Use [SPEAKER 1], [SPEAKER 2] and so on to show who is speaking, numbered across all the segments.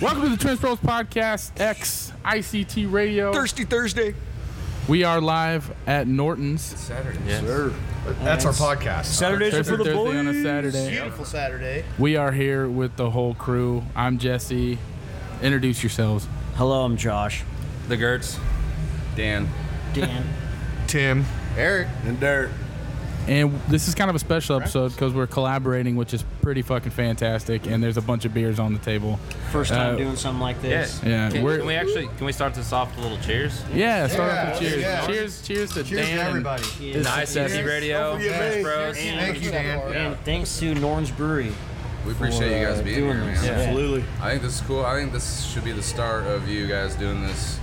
[SPEAKER 1] Welcome to the Transfers Podcast X ICT Radio.
[SPEAKER 2] Thirsty Thursday.
[SPEAKER 1] We are live at Norton's
[SPEAKER 3] Saturday.
[SPEAKER 4] Sure. That's our podcast.
[SPEAKER 2] Saturdays are
[SPEAKER 1] Thursday,
[SPEAKER 2] for the
[SPEAKER 1] Thursday
[SPEAKER 2] boys.
[SPEAKER 1] on a Saturday.
[SPEAKER 4] Beautiful Saturday.
[SPEAKER 1] We are here with the whole crew. I'm Jesse. Introduce yourselves.
[SPEAKER 5] Hello, I'm Josh.
[SPEAKER 3] The Gertz. Dan.
[SPEAKER 5] Dan.
[SPEAKER 4] Tim.
[SPEAKER 6] Eric.
[SPEAKER 4] And Dirt.
[SPEAKER 1] And this is kind of a special episode because we're collaborating, which is pretty fucking fantastic. And there's a bunch of beers on the table.
[SPEAKER 5] First time
[SPEAKER 1] Uh,
[SPEAKER 5] doing something like
[SPEAKER 3] Yeah.
[SPEAKER 5] this.
[SPEAKER 1] Yeah,
[SPEAKER 3] Can,
[SPEAKER 1] we're-
[SPEAKER 3] can we actually can we start this off with a little cheers?
[SPEAKER 1] Yeah, start
[SPEAKER 6] Yeah,
[SPEAKER 1] off with cheers.
[SPEAKER 6] yeah.
[SPEAKER 1] Cheers, cheers to
[SPEAKER 6] Cheers
[SPEAKER 1] Dan.
[SPEAKER 6] to everybody.
[SPEAKER 5] Yes,
[SPEAKER 3] Nice
[SPEAKER 5] yes.
[SPEAKER 3] SE Radio.
[SPEAKER 4] forget
[SPEAKER 3] Thanks,
[SPEAKER 4] me.
[SPEAKER 3] bros.
[SPEAKER 5] And,
[SPEAKER 6] Thank you, Dan.
[SPEAKER 5] and thanks to Norns Brewery.
[SPEAKER 7] We appreciate you guys
[SPEAKER 5] uh,
[SPEAKER 7] being
[SPEAKER 5] doing
[SPEAKER 7] here,
[SPEAKER 5] this.
[SPEAKER 7] man.
[SPEAKER 5] Yeah.
[SPEAKER 4] Absolutely.
[SPEAKER 7] I think this is cool. I think this should be the start of you guys doing this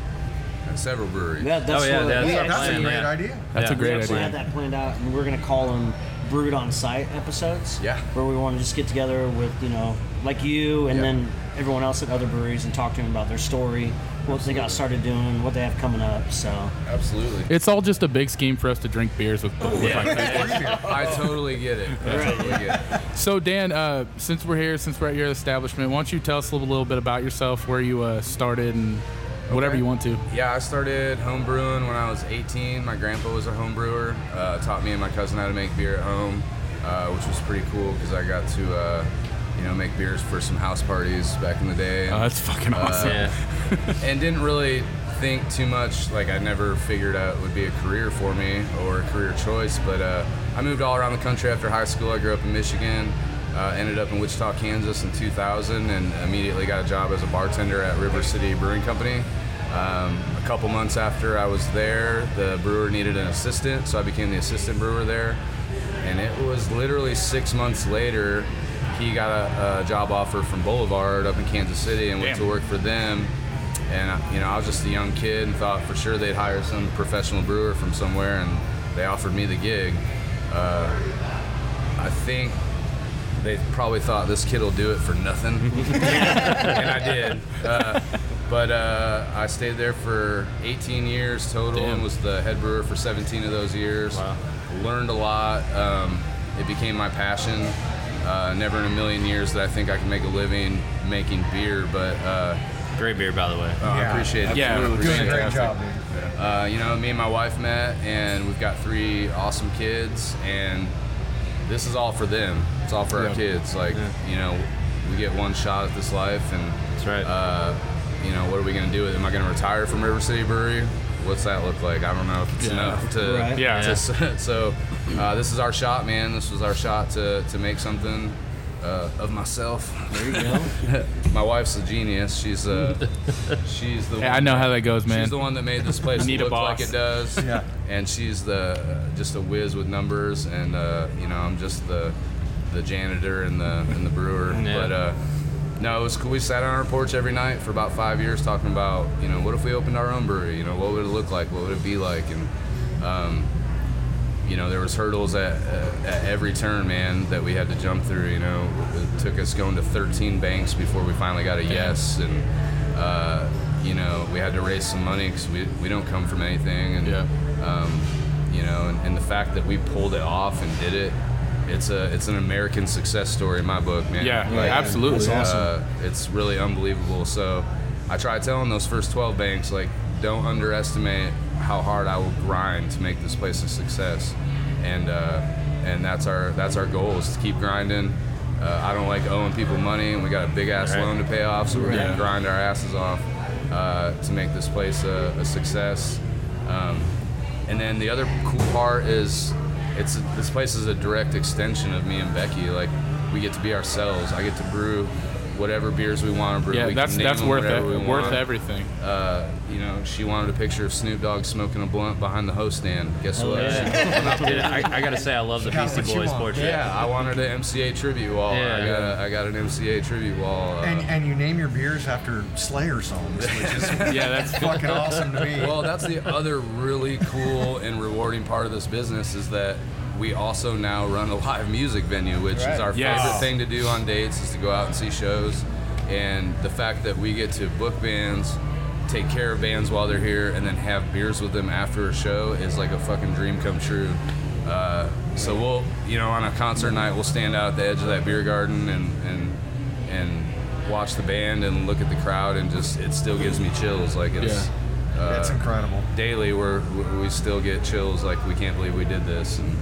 [SPEAKER 7] at several breweries.
[SPEAKER 5] That, that's
[SPEAKER 3] Oh, yeah,
[SPEAKER 5] what,
[SPEAKER 3] that's
[SPEAKER 5] we
[SPEAKER 3] our
[SPEAKER 5] actually,
[SPEAKER 3] plan.
[SPEAKER 6] That's a
[SPEAKER 3] Yeah.
[SPEAKER 6] great idea.
[SPEAKER 1] That's a
[SPEAKER 3] Yeah.
[SPEAKER 1] great
[SPEAKER 5] actually
[SPEAKER 1] idea.
[SPEAKER 5] had that planned out, and we're gonna call them Brewed on Site episodes.
[SPEAKER 7] Yeah.
[SPEAKER 5] Where we want to just get together with you know like you and
[SPEAKER 7] Yeah.
[SPEAKER 5] then everyone else at other breweries and talk to them about their story, what they got started doing, what they have coming up. So
[SPEAKER 7] Absolutely.
[SPEAKER 1] It's all just a big scheme for us to drink beers with. with like-
[SPEAKER 7] I totally get it. I totally get it.
[SPEAKER 1] So Dan, uh, since we're here, since we're at your establishment, why don't you tell us a little, little bit about yourself, where you uh, started, and whatever
[SPEAKER 7] Okay.
[SPEAKER 1] you want to.
[SPEAKER 7] Yeah, I started home brewing when I was 18. My grandpa was a home brewer. Uh, taught me and my cousin how to make beer at home, uh, which was pretty cool because I got to, uh, you know, make beers for some house parties back in the day.
[SPEAKER 1] Oh, that's
[SPEAKER 7] Uh,
[SPEAKER 1] fucking awesome.
[SPEAKER 3] Yeah.
[SPEAKER 7] and didn't really think too much. Like I never figured out it would be a career for me or a career choice. But uh, I moved all around the country after high school. I grew up in Michigan. Uh, ended up in Wichita, Kansas in 2000, and immediately got a job as a bartender at River City Brewing Company. Um, a couple months after I was there, the brewer needed an assistant, so I became the assistant brewer there. And it was literally six months later, he got a, a job offer from Boulevard up in Kansas City and went to work for them. And uh, you know, I was just a young kid and thought for sure they'd hire some professional brewer from somewhere, and they offered me the gig. Uh, I think they probably thought this kid will do it for nothing, and I did. Uh, but uh, I stayed there for 18 years total, and was the head brewer for 17 of those years. Learned a lot. Um, it became my passion. Uh, never in a million years that I think I can make a living making beer, but. Uh,
[SPEAKER 3] Great beer, by the way.
[SPEAKER 7] Oh, I appreciate it.
[SPEAKER 1] Yeah,
[SPEAKER 7] I
[SPEAKER 1] doing a
[SPEAKER 7] appreciate
[SPEAKER 4] Doing a
[SPEAKER 7] it.
[SPEAKER 4] great job, dude.
[SPEAKER 7] Uh, you know, me and my wife met, and we've got three awesome kids, and this is all for them. It's all for
[SPEAKER 1] Yeah.
[SPEAKER 7] our kids. Like, you know, we get one shot at this life, and
[SPEAKER 3] That's right.
[SPEAKER 7] Uh, you know, what are we gonna do with it? Am I gonna retire from River City Brewery? What's that look like? I don't know if it's enough to.
[SPEAKER 5] Right.
[SPEAKER 1] Yeah.
[SPEAKER 7] to- so, uh, this is our shot, man. This was our shot to to make something. Uh, of myself,
[SPEAKER 5] there you go.
[SPEAKER 7] my wife's a genius. She's uh, she's the.
[SPEAKER 1] Hey,
[SPEAKER 7] one-
[SPEAKER 1] I know how that goes, man.
[SPEAKER 7] She's the one that made this place
[SPEAKER 1] Need a
[SPEAKER 7] look like
[SPEAKER 1] boss.
[SPEAKER 7] it does.
[SPEAKER 4] Yeah.
[SPEAKER 7] And she's the uh, just a whiz with numbers, and uh, you know I'm just the the janitor and the and the brewer.
[SPEAKER 3] Yeah.
[SPEAKER 7] But uh, no, it was cool. We sat on our porch every night for about five years talking about you know what if we opened our own brewery? You know what would it look like? What would it be like? And um, you know there was hurdles at, at every turn, man, that we had to jump through. You know it took us going to 13 banks before we finally got a yes, and uh, you know we had to raise some money because we, we don't come from anything, and
[SPEAKER 1] Yeah.
[SPEAKER 7] um, you know, and, and the fact that we pulled it off and did it, it's a it's an American success story in my book, man.
[SPEAKER 1] Yeah,
[SPEAKER 7] Like,
[SPEAKER 1] absolutely.
[SPEAKER 7] uh, it's really unbelievable. So I try telling those first 12 banks, like, don't underestimate how hard I will grind to make this place a success. And uh, and that's our that's our goal is to keep grinding. Uh, I don't like owing people money, and we got a big ass loan to pay off, so we're gonna grind our asses off uh, to make this place a, a success. Um, and then the other cool part is, it's this place is a direct extension of me and Becky. Like we get to be ourselves. I get to brew whatever beers we want to brew.
[SPEAKER 1] yeah,
[SPEAKER 7] We can
[SPEAKER 1] that's
[SPEAKER 7] name
[SPEAKER 1] that's
[SPEAKER 7] them
[SPEAKER 1] worth
[SPEAKER 7] whatever
[SPEAKER 1] it.
[SPEAKER 7] we
[SPEAKER 1] Worth
[SPEAKER 7] want.
[SPEAKER 1] everything.
[SPEAKER 7] Uh, you know, she wanted a picture of Snoop Dogg smoking a blunt behind the host stand. Guess
[SPEAKER 5] Oh,
[SPEAKER 7] what?
[SPEAKER 5] yeah.
[SPEAKER 7] She-
[SPEAKER 3] Dude, I, I gotta say, I love the
[SPEAKER 4] got
[SPEAKER 3] Beastie
[SPEAKER 4] what you
[SPEAKER 3] Boys
[SPEAKER 4] want.
[SPEAKER 3] portrait.
[SPEAKER 7] yeah, I wanted an MCA tribute wall.
[SPEAKER 3] Yeah.
[SPEAKER 7] I got a, I got an MCA tribute wall. Uh,
[SPEAKER 4] And, and you name your beers after Slayer songs, which is
[SPEAKER 1] Yeah, that's
[SPEAKER 4] fucking awesome to me.
[SPEAKER 7] well, that's the other really cool and rewarding part of this business is that we also now run a live music venue, which is our
[SPEAKER 1] Yes.
[SPEAKER 7] favorite thing to do on dates is to go out and see shows. And the fact that we get to book bands, take care of bands while they're here, and then have beers with them after a show is like a fucking dream come true. Uh, so we'll, you know, on a concert night, we'll stand out at the edge of that beer garden and and and watch the band and look at the crowd and just it still gives me chills. Like it's
[SPEAKER 4] That's incredible.
[SPEAKER 7] daily we're we still get chills like we can't believe we did this and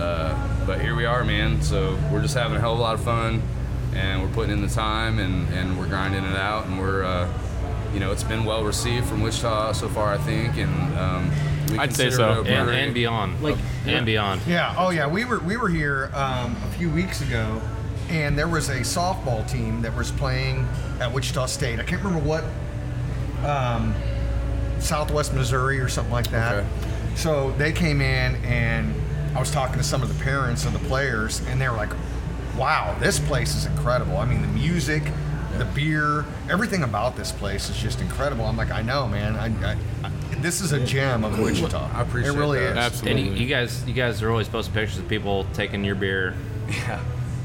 [SPEAKER 7] uh, but here we are man so we're just having a hell of a lot of fun and we're putting in the time and, and we're grinding it out and we're uh, you know it's been well received from Wichita so far I think and um, we
[SPEAKER 1] I'd say
[SPEAKER 7] consider
[SPEAKER 1] so.
[SPEAKER 7] it a
[SPEAKER 3] and,
[SPEAKER 7] brewery.
[SPEAKER 3] and beyond.
[SPEAKER 5] Like-
[SPEAKER 3] and beyond.
[SPEAKER 4] Yeah. Oh yeah. We were we were here um, a few weeks ago, and there was a softball team that was playing at Wichita State. I can't remember what, um, Southwest Missouri or something like that.
[SPEAKER 7] Okay.
[SPEAKER 4] So they came in, and I was talking to some of the parents of the players, and they were like, "Wow, this place is incredible. I mean, the music." The beer, everything about this place is just incredible. I'm like, I know, man. I, I, I- this is a gem of Wichita.
[SPEAKER 7] I appreciate
[SPEAKER 4] it. Really is.
[SPEAKER 7] that.
[SPEAKER 3] And
[SPEAKER 1] Absolutely.
[SPEAKER 3] you, you guys, you guys are always posting pictures of people taking your beer uh,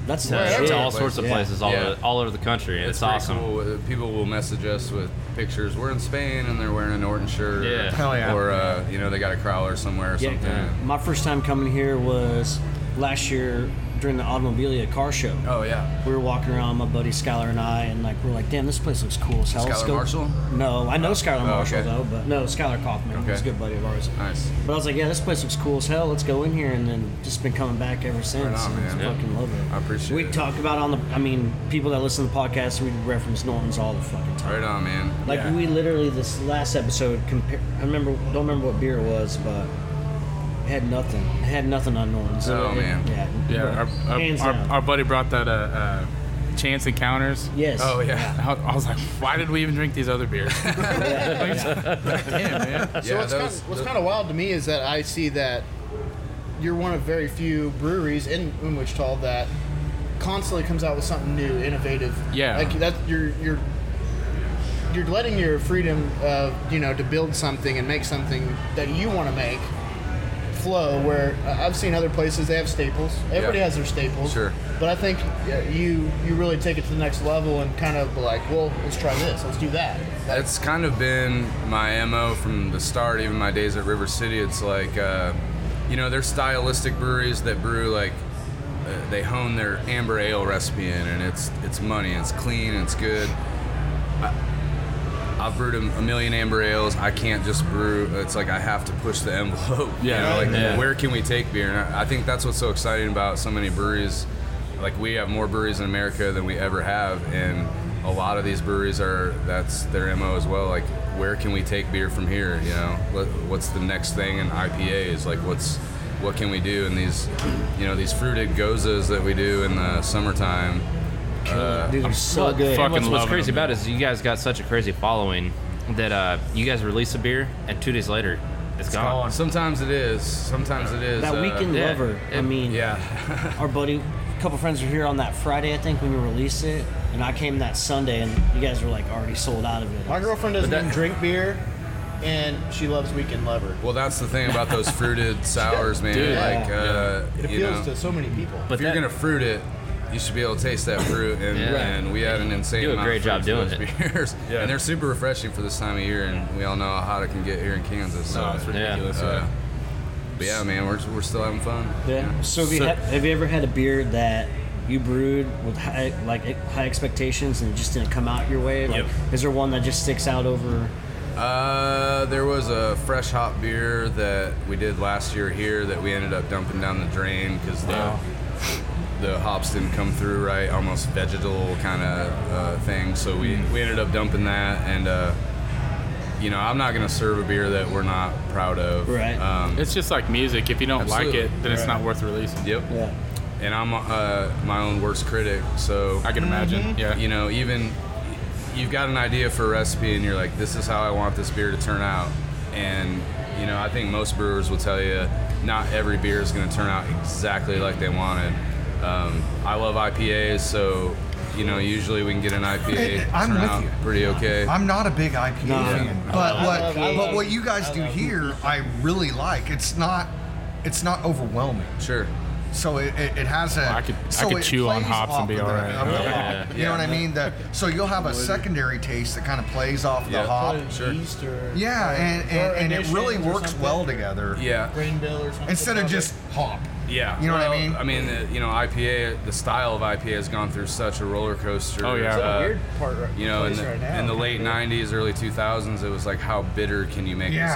[SPEAKER 5] That's
[SPEAKER 3] to,
[SPEAKER 5] legit.
[SPEAKER 3] to all sorts of
[SPEAKER 5] Yeah.
[SPEAKER 3] places, all
[SPEAKER 7] Yeah.
[SPEAKER 3] over, all over the country. It's,
[SPEAKER 7] pretty
[SPEAKER 3] awesome.
[SPEAKER 7] cool. Uh, People will message us with pictures. We're in Spain and they're wearing a Norton shirt.
[SPEAKER 3] Yeah.
[SPEAKER 7] Or,
[SPEAKER 4] Hell yeah.
[SPEAKER 7] Or uh, you know they got a crowler somewhere or
[SPEAKER 5] Yeah,
[SPEAKER 7] something.
[SPEAKER 5] my first time coming here was last year during the Automobilia car show.
[SPEAKER 7] Oh yeah.
[SPEAKER 5] We were walking around, my buddy Skylar and I, and like we're like, damn, this place looks cool. So let's
[SPEAKER 7] Skylar
[SPEAKER 5] go.
[SPEAKER 7] Marshall? Oh,
[SPEAKER 5] No, I know Skylar Marshall
[SPEAKER 7] okay.
[SPEAKER 5] though, but no, Skylar Kaufman. He's a
[SPEAKER 7] Okay.
[SPEAKER 5] good buddy of ours.
[SPEAKER 7] Nice.
[SPEAKER 5] But I was like, yeah, this place looks cool as hell. Let's go in here, and then just been coming back ever since.
[SPEAKER 7] on,
[SPEAKER 5] and
[SPEAKER 7] man.
[SPEAKER 5] just fucking love it.
[SPEAKER 7] I appreciate
[SPEAKER 5] We
[SPEAKER 7] it.
[SPEAKER 5] talk about on the, I mean, people that listen to the podcast, we reference Norton's all the fucking time.
[SPEAKER 7] Right on, man.
[SPEAKER 5] Like
[SPEAKER 7] Yeah.
[SPEAKER 5] we literally this last episode compare. I remember don't remember what beer it was, but it had nothing. It had nothing on Norton's.
[SPEAKER 7] Oh,
[SPEAKER 5] It-
[SPEAKER 7] man.
[SPEAKER 5] Yeah.
[SPEAKER 1] yeah, our,
[SPEAKER 5] Hands
[SPEAKER 1] our,
[SPEAKER 5] down.
[SPEAKER 1] our, our buddy brought that uh, uh, chance encounters.
[SPEAKER 5] yes.
[SPEAKER 7] Oh yeah.
[SPEAKER 1] I, I was like, why did we even drink these other beers? Damn, man.
[SPEAKER 2] So what's, kind of, what's kind of wild to me is that I see that you're one of very few breweries in, in Wichita that constantly comes out with something new, innovative.
[SPEAKER 1] Yeah.
[SPEAKER 2] like that you're you're you're letting your freedom of you know to build something and make something that you want to make flow. Where uh, I've seen other places, they have staples. Everybody
[SPEAKER 7] Yeah.
[SPEAKER 2] has their staples.
[SPEAKER 7] Sure.
[SPEAKER 2] But I think uh, you you really take it to the next level and kind of like, well, let's try this, let's do that. Like,
[SPEAKER 7] That's kind of been my mo from the start. Even my days at River City, it's like, uh, you know, there's stylistic breweries that brew like uh, they hone their amber ale recipe in, and it's it's money, and it's clean, and it's good. I, I've brewed a, a million amber ales. I can't just brew. It's like I have to push the envelope. you
[SPEAKER 1] Yeah,
[SPEAKER 7] know, like
[SPEAKER 1] yeah.
[SPEAKER 7] where can we take beer? And I, I think that's what's so exciting about so many breweries. Like we have more breweries in America than we ever have, and a lot of these breweries are that's their mo as well. Like where can we take beer from here? You know, what, what's the next thing in IPAs? Like what's what can we do? And these, you know, these fruited gozas that we do in the summertime.
[SPEAKER 5] Dude, they're so
[SPEAKER 3] Well,
[SPEAKER 5] good.
[SPEAKER 3] and what's,
[SPEAKER 1] Fucking
[SPEAKER 3] what's
[SPEAKER 1] loving
[SPEAKER 3] crazy
[SPEAKER 1] them,
[SPEAKER 3] about it is you guys got such a crazy following that uh, you guys release a beer and two days later it's gone.
[SPEAKER 7] Sometimes it is. Sometimes it is.
[SPEAKER 5] that
[SPEAKER 7] uh,
[SPEAKER 5] weekend
[SPEAKER 3] yeah.
[SPEAKER 5] lover. I mean,
[SPEAKER 7] Yeah.
[SPEAKER 5] our buddy, a couple friends were here on that Friday, I think, when we released it, and I came that Sunday, and you guys were like already sold out of it.
[SPEAKER 2] My girlfriend doesn't
[SPEAKER 7] But that-
[SPEAKER 2] even drink beer, and she loves Weekend Lover.
[SPEAKER 7] Well, that's the thing about those fruited sours, man.
[SPEAKER 3] Dude.
[SPEAKER 7] like, uh,
[SPEAKER 2] It
[SPEAKER 7] you know,
[SPEAKER 2] appeals to so many people.
[SPEAKER 3] But
[SPEAKER 7] if you're
[SPEAKER 3] that-
[SPEAKER 7] gonna fruit it, you should be able to taste that fruit. And,
[SPEAKER 3] Yeah.
[SPEAKER 7] and we had an insane
[SPEAKER 3] do a
[SPEAKER 7] amount
[SPEAKER 3] great
[SPEAKER 7] of
[SPEAKER 3] job
[SPEAKER 7] fruit for
[SPEAKER 3] doing
[SPEAKER 7] those Beers. And they're super refreshing for this time of year, and we all know how hot it can get here in Kansas. So,
[SPEAKER 1] Oh, it's ridiculous.
[SPEAKER 7] uh, but yeah, man, we're, we're still having fun.
[SPEAKER 5] Yeah. So have you,
[SPEAKER 1] So-
[SPEAKER 5] had, have you ever had a beer that you brewed with high, like e- high expectations and it just didn't come out your way? Like,
[SPEAKER 3] Yep.
[SPEAKER 5] is there one that just sticks out over?
[SPEAKER 7] Uh, there was a fresh hop beer that we did last year here that we ended up dumping down the drain because the the hops didn't come through right, almost vegetal kind of uh, thing. So we we ended up dumping that, and uh, you know I'm not gonna serve a beer that we're not proud of.
[SPEAKER 5] Right.
[SPEAKER 7] Um,
[SPEAKER 1] It's just like music. If you don't
[SPEAKER 7] Absolutely.
[SPEAKER 1] like it, then it's not worth releasing.
[SPEAKER 7] yep.
[SPEAKER 5] Yeah.
[SPEAKER 7] And I'm uh, my own worst critic, so
[SPEAKER 1] I can
[SPEAKER 4] Mm-hmm.
[SPEAKER 1] imagine. Yeah.
[SPEAKER 7] you know even you've got an idea for a recipe and you're like this is how i want this beer to turn out and you know i think most brewers will tell you not every beer is going to turn out exactly like they wanted um, i love ipas so you know usually we can get an ipa
[SPEAKER 4] I'm
[SPEAKER 7] turn
[SPEAKER 4] with
[SPEAKER 7] out
[SPEAKER 4] you.
[SPEAKER 7] pretty okay
[SPEAKER 4] I'm not a big IPA
[SPEAKER 5] No.
[SPEAKER 4] fan, but what
[SPEAKER 2] love
[SPEAKER 4] but
[SPEAKER 2] IPAs.
[SPEAKER 4] what you guys do here, I really like. It's not it's not overwhelming,
[SPEAKER 7] sure
[SPEAKER 4] so it, it, it has a.
[SPEAKER 1] I could- I
[SPEAKER 4] so
[SPEAKER 1] could
[SPEAKER 4] it
[SPEAKER 1] chew on
[SPEAKER 4] plays
[SPEAKER 1] hops and
[SPEAKER 4] off
[SPEAKER 1] be
[SPEAKER 4] of
[SPEAKER 1] all
[SPEAKER 4] the-
[SPEAKER 1] right.
[SPEAKER 4] of the
[SPEAKER 1] Yeah.
[SPEAKER 4] hop. you
[SPEAKER 7] Yeah.
[SPEAKER 4] know what I mean? That so you'll have a secondary taste that kind of plays off the
[SPEAKER 7] Yeah.
[SPEAKER 4] hop.
[SPEAKER 7] Sure.
[SPEAKER 2] Yeast or-
[SPEAKER 4] Yeah, and,
[SPEAKER 2] or
[SPEAKER 4] and, and it really
[SPEAKER 2] additions or
[SPEAKER 4] works
[SPEAKER 2] something.
[SPEAKER 4] well together.
[SPEAKER 7] yeah
[SPEAKER 2] Grain bill or something.
[SPEAKER 4] Instead of
[SPEAKER 2] probably.
[SPEAKER 4] just hop.
[SPEAKER 7] Yeah,
[SPEAKER 4] You know what I
[SPEAKER 7] well,
[SPEAKER 4] mean?
[SPEAKER 7] I mean, uh, you know, IPA. The style of IPA has gone through such a roller coaster.
[SPEAKER 1] Oh, yeah.
[SPEAKER 7] uh,
[SPEAKER 1] It's a
[SPEAKER 2] weird part right-
[SPEAKER 7] You know, in
[SPEAKER 2] place
[SPEAKER 7] the,
[SPEAKER 2] right now.
[SPEAKER 7] in the late '90s, early 2000s, it was like, how bitter can you make
[SPEAKER 4] Yeah,
[SPEAKER 7] this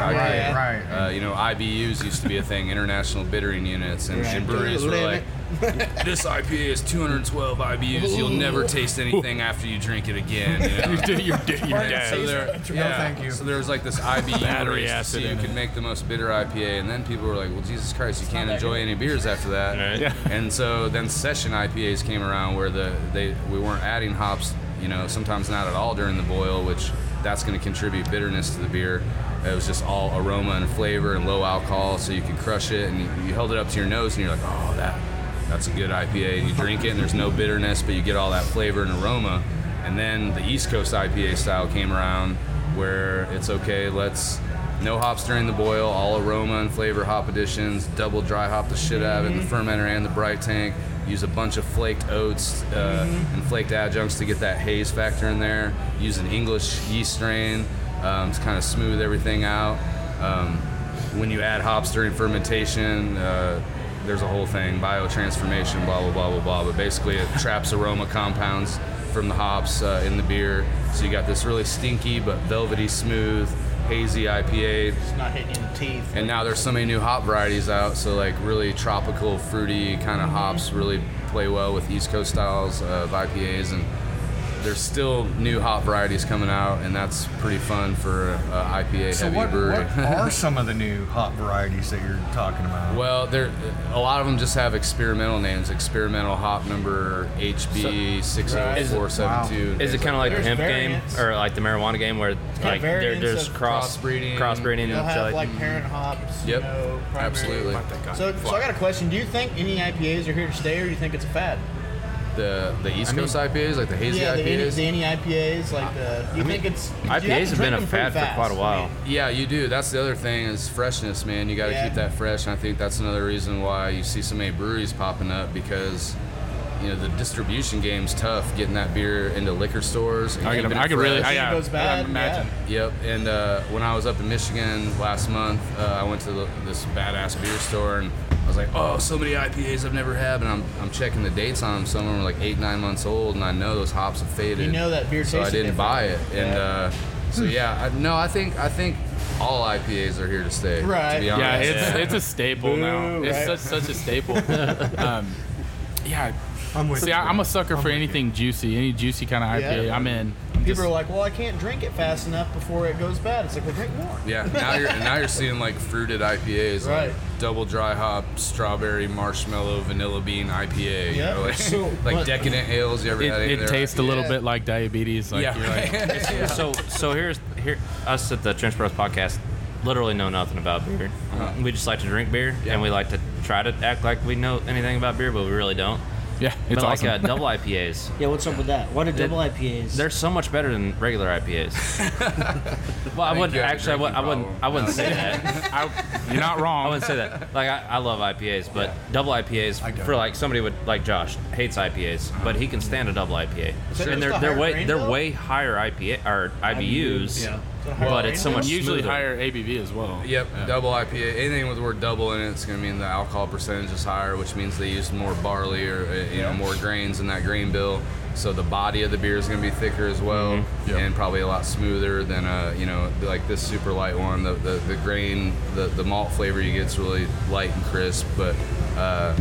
[SPEAKER 4] right,
[SPEAKER 7] IPA?
[SPEAKER 4] right.
[SPEAKER 7] Uh, you know, IBUs used to be a thing, international bittering units, and,
[SPEAKER 5] Right.
[SPEAKER 7] and breweries were like,
[SPEAKER 2] Limit.
[SPEAKER 7] "This IPA is 212 IBUs. You'll never taste anything after you drink it again." You know?
[SPEAKER 1] You're, d- you're, d- you're
[SPEAKER 7] So
[SPEAKER 1] dead.
[SPEAKER 7] there,
[SPEAKER 4] No, thank you.
[SPEAKER 7] So there was like this IBU
[SPEAKER 1] Battery
[SPEAKER 7] battery
[SPEAKER 1] acid
[SPEAKER 7] acid. You
[SPEAKER 1] in it.
[SPEAKER 7] could make the most bitter IPA, and then people were like, "Well, Jesus Christ, you can't
[SPEAKER 2] that
[SPEAKER 7] enjoy
[SPEAKER 2] good.
[SPEAKER 7] any beers after that."
[SPEAKER 3] Right.
[SPEAKER 1] Yeah.
[SPEAKER 7] And so then session IPAs came around where the they we weren't adding hops, you know, sometimes not at all during the boil, which that's going to contribute bitterness to the beer. It was just all aroma and flavor and low alcohol, so you could crush it, and you, you held it up to your nose, and you're like, "Oh, that that's a good IPA." And you drink it, and there's no bitterness, but you get all that flavor and aroma. And then the East Coast IPA style came around, where it's okay, let's no hops during the boil, all aroma and flavor hop additions, double dry hop the shit out of it in the fermenter and the bright tank. Use a bunch of flaked oats uh, and flaked adjuncts to get that haze factor in there. Use an English yeast strain um, to kind of smooth everything out. Um, when you add hops during fermentation, uh, there's a whole thing biotransformation, blah, blah, blah, blah, blah. But basically, it traps aroma compounds from the hops uh, in the beer. So you got this really stinky but velvety smooth, hazy IPA.
[SPEAKER 2] It's not hitting you in the teeth.
[SPEAKER 7] And now there's so many new hop varieties out, so like really tropical, fruity kind of hops really play well with East Coast styles of IPAs, and there's still new hop varieties coming out, and that's pretty fun for uh, IPA
[SPEAKER 4] So
[SPEAKER 7] heavy
[SPEAKER 4] what,
[SPEAKER 7] brewery.
[SPEAKER 4] what are some of the new hop varieties that you're talking about?
[SPEAKER 7] Well, there a lot of them just have experimental names. Experimental hop number HB six zero four seven two.
[SPEAKER 3] Is it kind of like the
[SPEAKER 2] There's
[SPEAKER 3] hemp
[SPEAKER 2] variants.
[SPEAKER 3] game or like the marijuana game where like there,
[SPEAKER 2] variants
[SPEAKER 3] there's
[SPEAKER 2] of
[SPEAKER 3] cross
[SPEAKER 7] crossbreeding.
[SPEAKER 3] crossbreeding and
[SPEAKER 2] They'll have
[SPEAKER 3] shit
[SPEAKER 2] like parent hops.
[SPEAKER 7] Yep,
[SPEAKER 2] You know, primary.
[SPEAKER 7] absolutely.
[SPEAKER 2] So, so I got a question. Do you think any IPAs are here to stay, or do you think it's a fad?
[SPEAKER 7] The the East Coast IPAs, like the hazy
[SPEAKER 2] yeah, the, any,
[SPEAKER 7] IPAs.
[SPEAKER 2] the any IPAs like the. Do you think it's you to
[SPEAKER 3] IPAs have been
[SPEAKER 2] drink
[SPEAKER 3] a
[SPEAKER 2] them
[SPEAKER 3] fad
[SPEAKER 2] pretty
[SPEAKER 3] for quite
[SPEAKER 2] fast.
[SPEAKER 3] a while.
[SPEAKER 7] Yeah, you do. That's the other thing is freshness, man. You got to
[SPEAKER 2] Yeah.
[SPEAKER 7] keep that fresh. And I think that's another reason why you see so many breweries popping up because you know the distribution game's tough. Getting that beer into liquor stores. And
[SPEAKER 1] I can,
[SPEAKER 7] keeping
[SPEAKER 1] I
[SPEAKER 7] it
[SPEAKER 1] can really,
[SPEAKER 7] fresh.
[SPEAKER 1] I, yeah,
[SPEAKER 2] It goes
[SPEAKER 1] I
[SPEAKER 2] bad,
[SPEAKER 1] can imagine.
[SPEAKER 7] Yep, and uh, when I was up in Michigan last month, uh, I went to the, this badass beer store and I was like, oh, so many IPAs I've never had. And I'm, I'm checking the dates on them. Some of them are like eight, nine months old, and I know those hops have faded.
[SPEAKER 2] You know that beer
[SPEAKER 7] So I
[SPEAKER 2] tasted
[SPEAKER 7] didn't
[SPEAKER 2] different.
[SPEAKER 7] buy it. And
[SPEAKER 2] Yeah. Hmm.
[SPEAKER 7] uh, so, yeah, I, no, I think I think all IPAs are here to stay.
[SPEAKER 2] Right.
[SPEAKER 7] To be
[SPEAKER 2] Yeah,
[SPEAKER 1] Yeah,
[SPEAKER 7] honest.
[SPEAKER 1] it's it's a staple now.
[SPEAKER 2] Boo,
[SPEAKER 1] It's such
[SPEAKER 2] right?
[SPEAKER 1] such a staple. um, yeah,
[SPEAKER 4] I'm with
[SPEAKER 1] see,
[SPEAKER 4] you.
[SPEAKER 1] I, I'm a sucker for anything juicy, any juicy kind of IPA.
[SPEAKER 2] Yeah.
[SPEAKER 1] I'm in.
[SPEAKER 2] People are like, well, I can't drink it fast enough before it goes bad. It's like, well, drink more.
[SPEAKER 7] Yeah, now you're now you're seeing like fruited IPAs, like
[SPEAKER 2] Right.
[SPEAKER 7] double dry hop, strawberry, marshmallow, vanilla bean IPA. You
[SPEAKER 2] Yeah.
[SPEAKER 7] know, like,
[SPEAKER 2] So,
[SPEAKER 7] like
[SPEAKER 2] but-
[SPEAKER 7] decadent ales. You ever had any of
[SPEAKER 1] It, it
[SPEAKER 7] their
[SPEAKER 1] tastes a little
[SPEAKER 2] Yeah.
[SPEAKER 1] bit like diabetes. Like,
[SPEAKER 7] Yeah.
[SPEAKER 1] you're like,
[SPEAKER 3] So so here's here us at the Trench Bros podcast literally know nothing about beer. We just like to drink beer and we like to try to act like we know anything about beer, but we really don't.
[SPEAKER 1] yeah,
[SPEAKER 3] But
[SPEAKER 1] it's
[SPEAKER 3] like
[SPEAKER 1] awesome.
[SPEAKER 3] uh, double IPAs,
[SPEAKER 5] Yeah, what's up with that? Why do double IPAs?
[SPEAKER 3] they're so much better than regular IPAs. well, I,
[SPEAKER 7] think
[SPEAKER 3] wouldn't
[SPEAKER 7] you have a
[SPEAKER 3] actually. I wouldn't. I
[SPEAKER 7] drinking
[SPEAKER 3] wouldn't, I
[SPEAKER 7] problem.
[SPEAKER 3] wouldn't say that.
[SPEAKER 1] I, you're not
[SPEAKER 3] I
[SPEAKER 1] wrong.
[SPEAKER 3] wouldn't say that. Like I, I love IPAs, but double IPAs
[SPEAKER 4] don't.
[SPEAKER 3] for like somebody would like Josh hates IPAs, but he can stand a double IPA.
[SPEAKER 2] that
[SPEAKER 3] And
[SPEAKER 2] just
[SPEAKER 3] they're they're
[SPEAKER 2] a higher
[SPEAKER 3] way
[SPEAKER 2] grain
[SPEAKER 3] they're
[SPEAKER 2] though?
[SPEAKER 3] way higher IPA or IBUs,
[SPEAKER 5] yeah.
[SPEAKER 3] but it's so much
[SPEAKER 1] Usually
[SPEAKER 3] smoother.
[SPEAKER 1] higher ABV as well.
[SPEAKER 7] Yep, double IPA. Anything with the word double in it, it's going to mean the alcohol percentage is higher, which means they used more barley or uh, you know more grains in that grain bill. So the body of the beer is going to be thicker as well,
[SPEAKER 1] Yep.
[SPEAKER 7] and probably a lot smoother than uh, you know like this super light one. The the, the grain, the, the malt flavor you get is really light and crisp, but. Uh,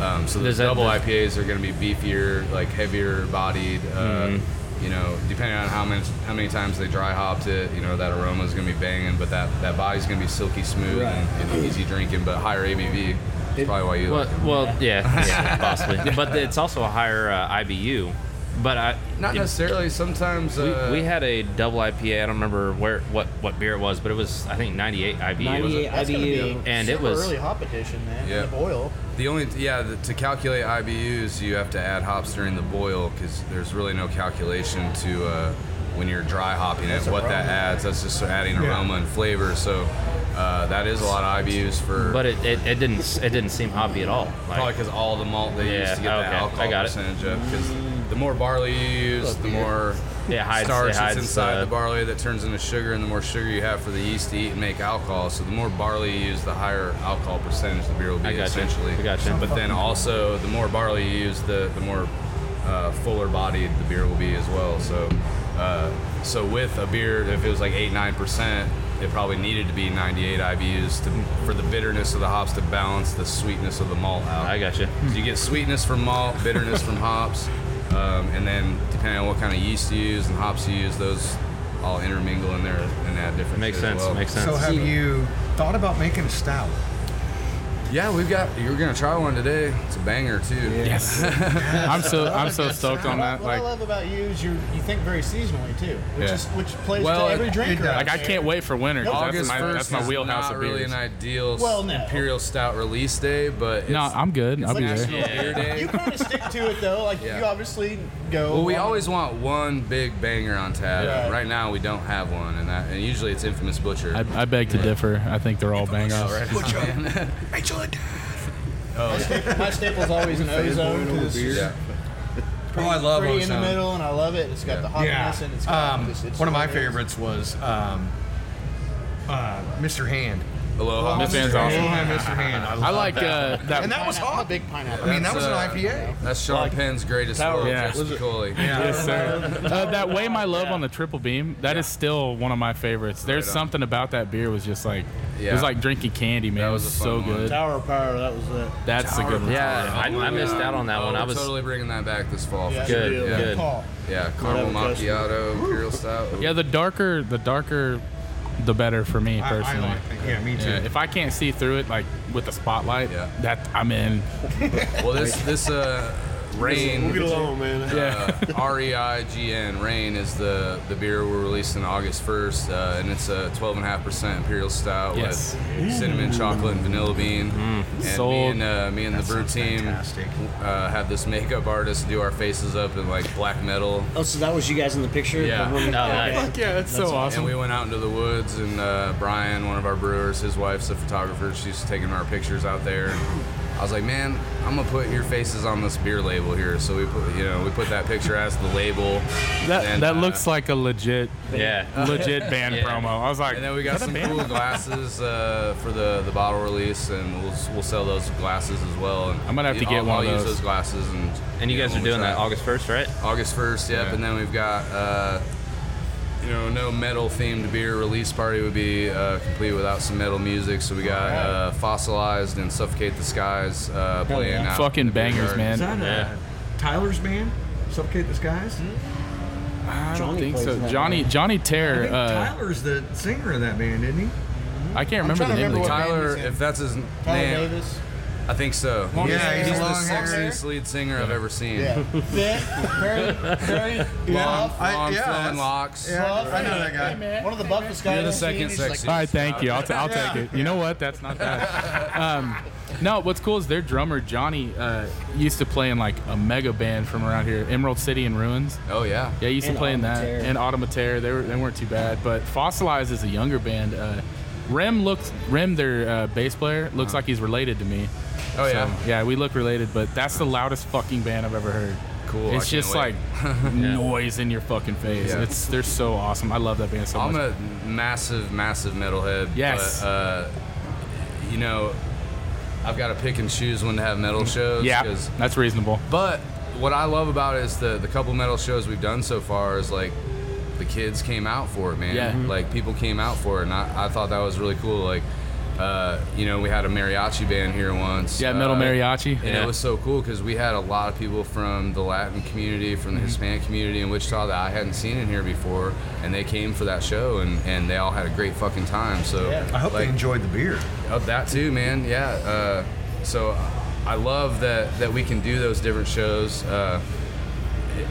[SPEAKER 7] um, so the
[SPEAKER 3] Does that-
[SPEAKER 7] double
[SPEAKER 3] does-
[SPEAKER 7] IPAs are going to be beefier, like heavier bodied. Uh,
[SPEAKER 3] Mm-hmm.
[SPEAKER 7] You know, depending on how many how many times they dry hopped it, you know that aroma is going to be banging, but that that body's going to be silky smooth and, and easy drinking, but higher ABV. That's probably why you like
[SPEAKER 3] Well, well yeah, yeah, possibly. But it's also a higher uh, IBU. But I
[SPEAKER 7] it. Not
[SPEAKER 3] yeah,
[SPEAKER 7] necessarily. Sometimes uh,
[SPEAKER 3] we, we had a double IPA. I don't remember where what what beer it was, but it was I think 98 IBU.
[SPEAKER 5] 98
[SPEAKER 2] That's gonna be a
[SPEAKER 5] IBU.
[SPEAKER 3] And it
[SPEAKER 2] super
[SPEAKER 3] was-
[SPEAKER 2] early hop edition, man.
[SPEAKER 7] Yeah.
[SPEAKER 2] Yeah. The oil.
[SPEAKER 7] the only yeah the, to calculate IBUs you have to add hops during the boil because there's really no calculation to uh, when you're dry hopping it what that adds. That's just adding aroma and flavor. So uh, that is a lot of IBUs for.
[SPEAKER 3] But it, it, it didn't s- it didn't seem hoppy at all. Like,
[SPEAKER 7] Probably because all the malt they
[SPEAKER 3] Yeah,
[SPEAKER 7] use to get
[SPEAKER 3] okay,
[SPEAKER 7] that alcohol
[SPEAKER 3] I got it.
[SPEAKER 7] percentage up. Because the more barley you use, the more
[SPEAKER 3] It hides,
[SPEAKER 7] starch
[SPEAKER 3] it hides
[SPEAKER 7] that's inside
[SPEAKER 3] the,
[SPEAKER 7] the barley that turns into sugar, and the more sugar you have for the yeast to eat and make alcohol. So the more barley you use, the higher alcohol percentage the beer will be.
[SPEAKER 3] I gotcha.
[SPEAKER 7] Essentially,
[SPEAKER 3] I gotcha.
[SPEAKER 7] But then also, the more barley you use, the the more uh, fuller bodied the beer will be as well. So, uh, so with a beer, if it was like eight nine percent, it probably needed to be 98 IBUs to, for the bitterness of the hops to balance the sweetness of the malt out.
[SPEAKER 3] I gotcha.
[SPEAKER 7] So you get sweetness from malt, bitterness from hops, um, and then depending on what kind of yeast you use and hops you use, those all intermingle in there and add different.
[SPEAKER 3] Makes
[SPEAKER 7] shit as
[SPEAKER 3] sense.
[SPEAKER 7] well.
[SPEAKER 3] Makes sense.
[SPEAKER 4] So have you thought about making a stout?
[SPEAKER 7] Yeah, we've got. You're gonna try one today. It's a banger too.
[SPEAKER 1] Yes. I'm so I'm so stoked on that.
[SPEAKER 2] what I
[SPEAKER 1] Like
[SPEAKER 2] love about you is you you think very seasonally too, which
[SPEAKER 7] Yeah.
[SPEAKER 2] is which plays
[SPEAKER 7] Well,
[SPEAKER 2] to every
[SPEAKER 7] it- it
[SPEAKER 2] drinker.
[SPEAKER 4] does.
[SPEAKER 2] out
[SPEAKER 1] like I
[SPEAKER 2] there.
[SPEAKER 1] can't wait for winter. 'cause That's
[SPEAKER 7] August
[SPEAKER 1] my,
[SPEAKER 7] first
[SPEAKER 1] that's my
[SPEAKER 7] is
[SPEAKER 1] wheelhouse
[SPEAKER 7] not
[SPEAKER 1] of
[SPEAKER 7] really
[SPEAKER 1] beers.
[SPEAKER 7] an ideal s-
[SPEAKER 2] Well, no.
[SPEAKER 7] imperial stout release day, but it's
[SPEAKER 1] No, I'm good. I'll be
[SPEAKER 2] like-
[SPEAKER 1] there.
[SPEAKER 7] National Beer Day.
[SPEAKER 2] You kind of stick to it though. Like
[SPEAKER 7] Yeah.
[SPEAKER 2] you obviously go.
[SPEAKER 7] Well, we
[SPEAKER 2] along-
[SPEAKER 7] always want one big banger on tap.
[SPEAKER 2] Yeah.
[SPEAKER 7] Right now, we don't have one, and that, and usually it's Infamous Butcher.
[SPEAKER 1] I, I beg to differ. I think they're all bangers.
[SPEAKER 7] Oh, right.
[SPEAKER 2] My, staple, my staple's always an ozone. 'cause it's just
[SPEAKER 7] Yeah. Oh, I love
[SPEAKER 2] pretty in the
[SPEAKER 7] Ozone.
[SPEAKER 2] middle, and I love it. It's got the hotness, and it's got
[SPEAKER 4] Um,
[SPEAKER 2] just, it's
[SPEAKER 4] one of my
[SPEAKER 2] hilarious.
[SPEAKER 4] favorites was um, uh, Mr. Hand.
[SPEAKER 7] Aloha.
[SPEAKER 1] This man's
[SPEAKER 4] Mr.
[SPEAKER 1] awesome.
[SPEAKER 4] Hand, Mr. Hand. I,
[SPEAKER 1] I
[SPEAKER 4] love
[SPEAKER 1] like
[SPEAKER 4] that.
[SPEAKER 1] uh, that.
[SPEAKER 4] And that was
[SPEAKER 2] Pineapple-
[SPEAKER 4] hot.
[SPEAKER 2] Big pineapple.
[SPEAKER 4] I mean, that was an
[SPEAKER 7] uh,
[SPEAKER 4] IPA.
[SPEAKER 7] That's Sean Penn's greatest work.
[SPEAKER 1] Yeah.
[SPEAKER 7] Jess McCauley.
[SPEAKER 1] Yes, sir. Uh, that way, my love on the triple beam. That is still one of my favorites. There's
[SPEAKER 7] Right on.
[SPEAKER 1] something about that beer was just like it
[SPEAKER 7] Yeah.
[SPEAKER 1] was like drinking candy, man.
[SPEAKER 7] That
[SPEAKER 1] it
[SPEAKER 7] was a
[SPEAKER 1] so
[SPEAKER 7] fun one.
[SPEAKER 1] good.
[SPEAKER 6] Tower of Power, that was it.
[SPEAKER 1] That's a good one.
[SPEAKER 3] yeah, I, I missed out on that
[SPEAKER 7] Oh,
[SPEAKER 3] one. I
[SPEAKER 7] we're
[SPEAKER 3] was
[SPEAKER 7] totally bringing that back this fall. for
[SPEAKER 2] Yeah.
[SPEAKER 7] sure.
[SPEAKER 3] good.
[SPEAKER 7] Yeah.
[SPEAKER 3] Good.
[SPEAKER 2] Paul.
[SPEAKER 7] Yeah, caramel
[SPEAKER 6] Whatever, trust me.
[SPEAKER 7] macchiato, imperial stout.
[SPEAKER 1] Yeah, the darker, the darker, the better for me
[SPEAKER 4] I- I
[SPEAKER 1] personally.
[SPEAKER 4] like that. yeah, me too.
[SPEAKER 1] Yeah, if I can't see through it, like with the spotlight,
[SPEAKER 7] Yeah.
[SPEAKER 1] that I'm in.
[SPEAKER 7] Well, this this uh,
[SPEAKER 6] We'll get
[SPEAKER 7] rain.
[SPEAKER 6] along, man.
[SPEAKER 7] Uh, R E I G N Rain is the, the beer we're releasing August 1st, uh, and it's a 12.5% Imperial Stout
[SPEAKER 1] Yes.
[SPEAKER 7] with cinnamon, chocolate, and vanilla bean. And me
[SPEAKER 1] Sold.
[SPEAKER 7] and, uh, me and the brew
[SPEAKER 4] sounds
[SPEAKER 7] team
[SPEAKER 4] fantastic.
[SPEAKER 7] uh, have this makeup artist do our faces up in like black metal.
[SPEAKER 5] Oh, so that was you guys in the picture?
[SPEAKER 7] Yeah.
[SPEAKER 5] The woman-
[SPEAKER 3] Oh, nice.
[SPEAKER 1] Fuck yeah, that's, so awesome.
[SPEAKER 7] And we went out into the woods, and uh, Brian, one of our brewers, his wife's a photographer. She's taking our pictures out there. And I was like, man, I'm gonna put your faces on this beer label here. So we put, you know, we put that picture as the label.
[SPEAKER 1] that
[SPEAKER 7] And,
[SPEAKER 1] that
[SPEAKER 7] uh,
[SPEAKER 1] looks like a legit,
[SPEAKER 3] Yeah.
[SPEAKER 1] legit band
[SPEAKER 3] Yeah.
[SPEAKER 1] promo. I was like,
[SPEAKER 7] And then we
[SPEAKER 1] is
[SPEAKER 7] got
[SPEAKER 1] that a
[SPEAKER 7] some
[SPEAKER 1] band?
[SPEAKER 7] cool glasses uh, for the, the bottle release, and we'll we'll sell those glasses as well. And
[SPEAKER 1] I'm gonna have to
[SPEAKER 7] I'll-
[SPEAKER 1] get one
[SPEAKER 7] I'll
[SPEAKER 1] of
[SPEAKER 7] use
[SPEAKER 1] those.
[SPEAKER 7] those glasses, and
[SPEAKER 3] And you
[SPEAKER 7] get
[SPEAKER 3] guys
[SPEAKER 7] one
[SPEAKER 3] are
[SPEAKER 7] with
[SPEAKER 3] doing that August 1st, right?
[SPEAKER 7] August 1st, yep. And then we've got, uh, you know, no metal themed beer release party would be uh, complete without some metal music. So we got uh, Fossilized and Suffocate the Skies uh, playing out.
[SPEAKER 1] Fucking
[SPEAKER 7] in the beer
[SPEAKER 1] bangers,
[SPEAKER 7] garden.
[SPEAKER 1] man.
[SPEAKER 4] that
[SPEAKER 3] Yeah.
[SPEAKER 4] Tyler's band? Suffocate the Skies?
[SPEAKER 1] I don't
[SPEAKER 5] Johnny
[SPEAKER 1] think
[SPEAKER 5] plays
[SPEAKER 1] so.
[SPEAKER 5] in that
[SPEAKER 1] Johnny Johnny
[SPEAKER 4] I
[SPEAKER 1] Terror.
[SPEAKER 4] think
[SPEAKER 1] Uh,
[SPEAKER 4] Tyler's the singer of that band, isn't he?
[SPEAKER 1] I can't remember
[SPEAKER 2] trying
[SPEAKER 1] the
[SPEAKER 2] to
[SPEAKER 1] name of the
[SPEAKER 2] remember
[SPEAKER 1] guy.
[SPEAKER 7] Tyler,
[SPEAKER 2] what- Band is in.
[SPEAKER 7] if that's his
[SPEAKER 2] Tyler
[SPEAKER 7] name,
[SPEAKER 2] Davis.
[SPEAKER 7] I think so.
[SPEAKER 4] Yeah, he's
[SPEAKER 7] he's the
[SPEAKER 4] long hair.
[SPEAKER 7] sexiest lead singer I've ever seen.
[SPEAKER 2] Yeah. Thick, very, very
[SPEAKER 7] Long,
[SPEAKER 2] buff.
[SPEAKER 4] I-
[SPEAKER 7] long
[SPEAKER 4] yeah,
[SPEAKER 7] flowing
[SPEAKER 4] that's-
[SPEAKER 7] locks.
[SPEAKER 4] Yeah, I know that guy.
[SPEAKER 2] One of the buffest guys.
[SPEAKER 7] You're the
[SPEAKER 2] I've seen.
[SPEAKER 7] second
[SPEAKER 2] He's just
[SPEAKER 7] sexiest.
[SPEAKER 1] All right, thank you. I'll, t- I'll
[SPEAKER 4] Yeah.
[SPEAKER 1] take it. You know what? That's not bad. Um, no, what's cool is their drummer Johnny uh, used to play in like a mega band from around here, Emerald City and Ruins.
[SPEAKER 7] Oh yeah.
[SPEAKER 1] Yeah, he used
[SPEAKER 5] And
[SPEAKER 1] to play in that.
[SPEAKER 5] Automater.
[SPEAKER 1] And Automater, they were they weren't too bad. But Fossilized is a younger band. Uh, Rem looks Rem, their uh, bass player, looks like he's related to me.
[SPEAKER 7] Uh-huh.
[SPEAKER 1] Um,
[SPEAKER 7] Oh yeah.
[SPEAKER 1] Yeah, we look related, but that's the loudest fucking band I've ever heard.
[SPEAKER 7] Cool, I
[SPEAKER 1] It's
[SPEAKER 7] can't
[SPEAKER 1] just
[SPEAKER 7] wait.
[SPEAKER 1] like noise in your fucking face.
[SPEAKER 7] Yeah.
[SPEAKER 1] It's they're so awesome. I love that band so
[SPEAKER 7] I'm
[SPEAKER 1] much.
[SPEAKER 7] a massive, massive metalhead.
[SPEAKER 1] Yes.
[SPEAKER 7] But, uh, you know, I've got to pick and choose when to have metal shows.
[SPEAKER 1] yeah,
[SPEAKER 7] 'cause-
[SPEAKER 1] that's reasonable.
[SPEAKER 7] But what I love about it is the the couple metal shows we've done so far is like the kids came out for it, man. Mm-hmm.
[SPEAKER 1] Yeah. Mhm.
[SPEAKER 7] Like people came out for it, and I, I thought that was really cool. Like, uh, you know, we had a mariachi band here once.
[SPEAKER 1] Yeah, metal
[SPEAKER 7] uh,
[SPEAKER 1] mariachi.
[SPEAKER 7] and
[SPEAKER 3] Yeah.
[SPEAKER 7] it was so cool because we had a lot of people from the Latin community, from the
[SPEAKER 1] Mm-hmm.
[SPEAKER 7] Hispanic community in Wichita that I hadn't seen in here before, and they came for that show, and, and they all had a great fucking time. So
[SPEAKER 4] I hope
[SPEAKER 7] like,
[SPEAKER 4] they enjoyed the beer.
[SPEAKER 7] of Oh, that too, man. Yeah. Uh, so I love that that we can do those different shows. Uh, it,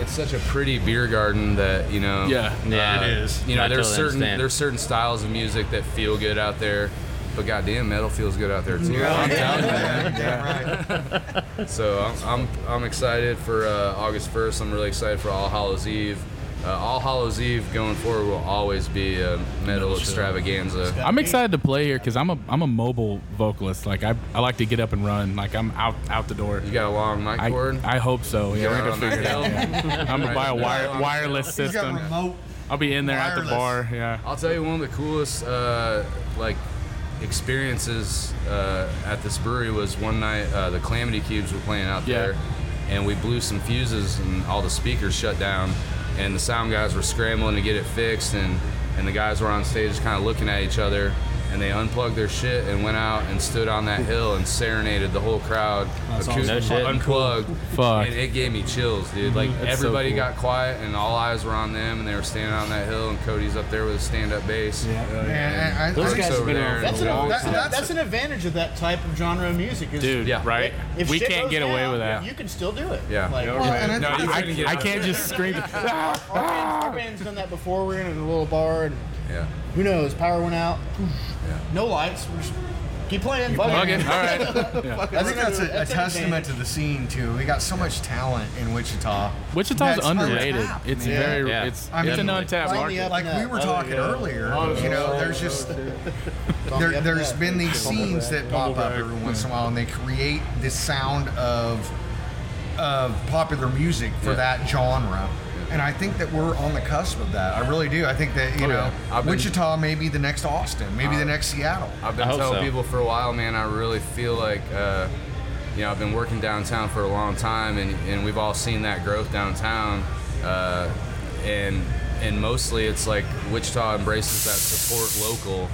[SPEAKER 7] it's such a pretty beer garden that you know.
[SPEAKER 1] Yeah.
[SPEAKER 3] Yeah,
[SPEAKER 7] uh,
[SPEAKER 3] it is.
[SPEAKER 7] You know,
[SPEAKER 3] I
[SPEAKER 7] there's
[SPEAKER 3] totally
[SPEAKER 7] certain
[SPEAKER 3] understand.
[SPEAKER 7] there's certain styles of music that feel good out there, but goddamn, metal feels good out there too. I'm telling you, man.
[SPEAKER 4] Yeah, right.
[SPEAKER 7] So I'm, I'm I'm excited for uh, August 1st. I'm really excited for All Hallows Eve. uh, All Hallows Eve going forward will always be a metal extravaganza.
[SPEAKER 1] I'm excited to play here because I'm a I'm a mobile vocalist. Like I, I like to get up and run. Like I'm out out the door.
[SPEAKER 7] You got a long mic
[SPEAKER 1] I,
[SPEAKER 7] cord?
[SPEAKER 1] I hope so. Yeah,
[SPEAKER 7] got
[SPEAKER 1] we're
[SPEAKER 7] it
[SPEAKER 1] gonna
[SPEAKER 7] on
[SPEAKER 1] figure it
[SPEAKER 7] that
[SPEAKER 1] out.
[SPEAKER 7] hill?
[SPEAKER 1] yeah. I'm gonna buy a wire,
[SPEAKER 7] Yeah.
[SPEAKER 1] wireless
[SPEAKER 4] He's got
[SPEAKER 1] system.
[SPEAKER 4] remote.
[SPEAKER 1] I'll be in there at the bar.
[SPEAKER 4] wireless.
[SPEAKER 1] Yeah.
[SPEAKER 7] I'll tell you one of the coolest uh, like experiences uh, at this brewery was one night uh, the Calamity Cubes were playing out
[SPEAKER 1] Yeah.
[SPEAKER 7] there, and we blew some fuses and all the speakers shut down, and the sound guys were scrambling to get it fixed, and and the guys were on stage kind of looking at each other, and they unplugged their shit and went out and stood on that hill and serenaded the whole crowd, acoustic-
[SPEAKER 3] awesome. No shit.
[SPEAKER 7] unplugged,
[SPEAKER 1] Fuck.
[SPEAKER 7] and it gave me chills, dude. Like
[SPEAKER 1] Mm-hmm. That's so
[SPEAKER 7] everybody
[SPEAKER 1] cool.
[SPEAKER 7] got quiet and all eyes were on them and they were standing on that hill and Cody's up there with a stand up bass. Yeah.
[SPEAKER 4] Man, I- I-
[SPEAKER 5] Those
[SPEAKER 4] I-
[SPEAKER 5] guys have
[SPEAKER 7] over
[SPEAKER 5] been
[SPEAKER 7] there.
[SPEAKER 5] on
[SPEAKER 2] That's an,
[SPEAKER 7] Long
[SPEAKER 2] that's,
[SPEAKER 7] time.
[SPEAKER 4] that's-
[SPEAKER 2] that's an advantage of that type of genre of music. Is
[SPEAKER 1] Dude,
[SPEAKER 7] Yeah.
[SPEAKER 1] right?
[SPEAKER 2] if
[SPEAKER 1] we
[SPEAKER 2] shit
[SPEAKER 1] can't
[SPEAKER 2] goes
[SPEAKER 1] get away
[SPEAKER 2] down,
[SPEAKER 1] with that.
[SPEAKER 2] You can still do it.
[SPEAKER 7] Yeah.
[SPEAKER 2] Like,
[SPEAKER 4] well, and
[SPEAKER 1] No,
[SPEAKER 4] I think-
[SPEAKER 1] I,
[SPEAKER 7] couldn't get
[SPEAKER 1] I
[SPEAKER 7] out.
[SPEAKER 1] can't just scream.
[SPEAKER 2] our, band's, our band's done that before. We're in a little bar, and
[SPEAKER 7] Yeah.
[SPEAKER 2] who knows? Power went out. No lights. We're just keep playing. Fuck
[SPEAKER 1] Fuck
[SPEAKER 2] it.
[SPEAKER 1] it. All right. Yeah.
[SPEAKER 4] I think that's a, a
[SPEAKER 2] That's an
[SPEAKER 4] testament to the scene too. We got so much talent in Wichita.
[SPEAKER 1] Wichita's
[SPEAKER 4] That's
[SPEAKER 1] underrated.
[SPEAKER 4] untapped,
[SPEAKER 1] It's
[SPEAKER 4] man.
[SPEAKER 1] very
[SPEAKER 3] Yeah.
[SPEAKER 1] it's
[SPEAKER 4] I
[SPEAKER 1] it's
[SPEAKER 4] mean,
[SPEAKER 1] an untapped
[SPEAKER 2] Sign me
[SPEAKER 1] market.
[SPEAKER 2] up.
[SPEAKER 4] Like we
[SPEAKER 2] Oh,
[SPEAKER 4] were talking earlier, you know, there's just there, there's been these scenes that pop up every once in a while, and they create this sound of of popular music for that genre. And I think that we're on the cusp of that. I really do. I think that you
[SPEAKER 7] Oh,
[SPEAKER 4] know,
[SPEAKER 7] yeah. I've been- Uh,
[SPEAKER 4] Wichita may be the next Austin, maybe the next Seattle.
[SPEAKER 7] I've been
[SPEAKER 3] I hope
[SPEAKER 7] telling
[SPEAKER 3] so.
[SPEAKER 7] people for a while, man, I really feel like uh, you know, I've been working downtown for a long time and, and we've all seen that growth downtown. Uh, and and mostly it's like Wichita embraces that support local,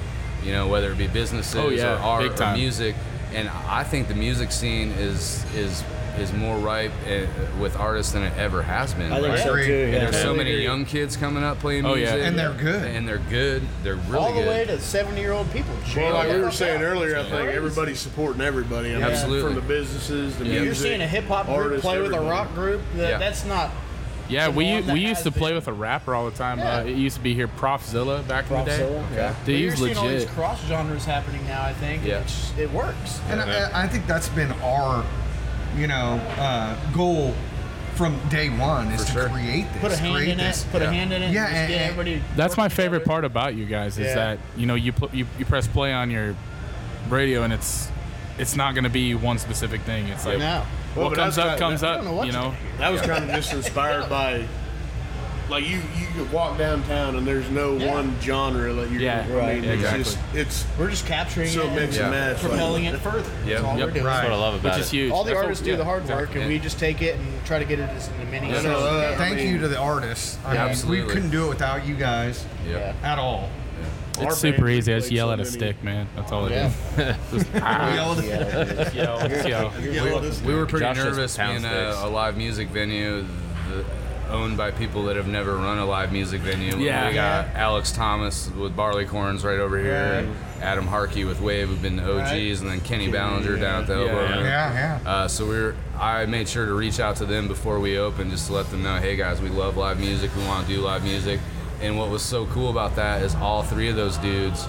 [SPEAKER 7] you know, whether it be businesses
[SPEAKER 1] Oh, yeah.
[SPEAKER 7] or
[SPEAKER 1] Big
[SPEAKER 7] art or
[SPEAKER 1] time.
[SPEAKER 7] music. music, and I think the music scene is is is more ripe eh, with artists than it ever has been.
[SPEAKER 5] I think
[SPEAKER 7] right?
[SPEAKER 5] so
[SPEAKER 4] agree.
[SPEAKER 5] too.
[SPEAKER 4] And
[SPEAKER 5] Yeah.
[SPEAKER 7] There's so
[SPEAKER 5] Totally
[SPEAKER 7] many
[SPEAKER 5] agree.
[SPEAKER 7] young kids coming up playing
[SPEAKER 1] Oh, yeah.
[SPEAKER 7] music,
[SPEAKER 4] And they're good.
[SPEAKER 7] and they're good. They're really
[SPEAKER 2] all the
[SPEAKER 7] good.
[SPEAKER 2] way to 70 year old people.
[SPEAKER 6] Well, like
[SPEAKER 2] Check
[SPEAKER 6] we
[SPEAKER 2] it
[SPEAKER 6] were
[SPEAKER 2] out.
[SPEAKER 6] saying earlier, I think
[SPEAKER 2] Crazy.
[SPEAKER 6] everybody's supporting everybody. I mean,
[SPEAKER 7] Absolutely.
[SPEAKER 6] From the businesses, the music.
[SPEAKER 2] You're seeing a hip hop group
[SPEAKER 6] artists,
[SPEAKER 2] play with a
[SPEAKER 6] everybody.
[SPEAKER 2] rock group. That,
[SPEAKER 7] Yeah.
[SPEAKER 2] That's not.
[SPEAKER 1] Yeah,
[SPEAKER 2] the
[SPEAKER 1] we
[SPEAKER 2] one that
[SPEAKER 1] we used
[SPEAKER 2] has
[SPEAKER 1] to play
[SPEAKER 2] the-
[SPEAKER 1] with a rapper all the time. Uh,
[SPEAKER 2] Yeah.
[SPEAKER 1] it used to be here, Profzilla back in the day.
[SPEAKER 5] Profzilla,
[SPEAKER 1] Yeah,
[SPEAKER 2] but
[SPEAKER 1] dude,
[SPEAKER 2] you're
[SPEAKER 1] he's
[SPEAKER 2] seeing all these
[SPEAKER 1] legit.
[SPEAKER 2] cross genres happening now. I think.
[SPEAKER 7] Yeah.
[SPEAKER 2] and it's- it works.
[SPEAKER 4] And I, I think that's been our, you know, uh, goal from day one is
[SPEAKER 7] For
[SPEAKER 4] to
[SPEAKER 7] sure.
[SPEAKER 4] create this.
[SPEAKER 2] Put a hand
[SPEAKER 4] create
[SPEAKER 2] in
[SPEAKER 4] this.
[SPEAKER 2] it. Put
[SPEAKER 7] yeah.
[SPEAKER 2] a hand in it.
[SPEAKER 4] Yeah,
[SPEAKER 2] and just
[SPEAKER 4] and-
[SPEAKER 2] get
[SPEAKER 4] and-
[SPEAKER 2] everybody.
[SPEAKER 1] That's my
[SPEAKER 2] working
[SPEAKER 1] favorite
[SPEAKER 2] together.
[SPEAKER 1] part about you guys is
[SPEAKER 2] Yeah.
[SPEAKER 1] that you know you, pl- you you press play on your radio and it's it's not going to be one specific thing. It's like
[SPEAKER 2] No.
[SPEAKER 6] Well,
[SPEAKER 1] what
[SPEAKER 6] but
[SPEAKER 1] comes
[SPEAKER 6] that's
[SPEAKER 1] up
[SPEAKER 6] kinda-
[SPEAKER 1] comes
[SPEAKER 2] I
[SPEAKER 1] up.
[SPEAKER 2] don't know what
[SPEAKER 1] You
[SPEAKER 2] to
[SPEAKER 1] know,
[SPEAKER 6] That was kind of just inspired by, like you you could walk downtown and there's no
[SPEAKER 2] Yeah.
[SPEAKER 6] one genre that you're.
[SPEAKER 1] Yeah,
[SPEAKER 6] I
[SPEAKER 5] right,
[SPEAKER 6] mean, it's
[SPEAKER 7] exactly.
[SPEAKER 6] just it's
[SPEAKER 2] We're just capturing
[SPEAKER 6] so
[SPEAKER 2] it, and
[SPEAKER 6] mix
[SPEAKER 7] Yeah.
[SPEAKER 6] and match. like-
[SPEAKER 2] propelling it further.
[SPEAKER 7] Yeah.
[SPEAKER 2] That's all
[SPEAKER 1] Yep.
[SPEAKER 2] we're doing.
[SPEAKER 3] That's what I love
[SPEAKER 1] which
[SPEAKER 3] about
[SPEAKER 1] is
[SPEAKER 3] it.
[SPEAKER 1] huge.
[SPEAKER 2] All the
[SPEAKER 1] That's what-
[SPEAKER 2] artists
[SPEAKER 1] yeah,
[SPEAKER 2] do the hard work,
[SPEAKER 1] exactly.
[SPEAKER 2] and we just take it and try to get it as many.
[SPEAKER 7] no,
[SPEAKER 2] as
[SPEAKER 6] no,
[SPEAKER 2] we
[SPEAKER 6] uh,
[SPEAKER 2] can.
[SPEAKER 4] Thank
[SPEAKER 6] I mean-
[SPEAKER 4] you to the artists. I
[SPEAKER 7] Yeah,
[SPEAKER 4] mean,
[SPEAKER 7] absolutely.
[SPEAKER 4] We couldn't do it without you guys
[SPEAKER 7] Yeah.
[SPEAKER 4] at all.
[SPEAKER 6] Our
[SPEAKER 1] It's super
[SPEAKER 6] band
[SPEAKER 1] easy. I just
[SPEAKER 6] played
[SPEAKER 1] yell
[SPEAKER 6] so
[SPEAKER 1] at a
[SPEAKER 6] many-
[SPEAKER 1] stick, man. That's all I
[SPEAKER 2] Yeah.
[SPEAKER 1] do. Just, ah, yell, just yell.
[SPEAKER 7] We were pretty
[SPEAKER 3] Josh just
[SPEAKER 7] nervous being
[SPEAKER 3] pounds
[SPEAKER 7] a,
[SPEAKER 3] sticks.
[SPEAKER 7] a live music venue the, owned by people that have never run a live music venue.
[SPEAKER 1] Yeah.
[SPEAKER 7] We got Alex Thomas with Barleycorns right over here, and Adam Harkey with Wave, who've been the OGs, and then Kenny Ballinger down at the Elbow
[SPEAKER 1] Yeah.
[SPEAKER 7] Room.
[SPEAKER 4] Yeah, yeah.
[SPEAKER 7] Uh, so we were, I made sure to reach out to them before we opened just to let them know, hey guys, we love live music, we want to do live music. And what was so cool about that is all three of those dudes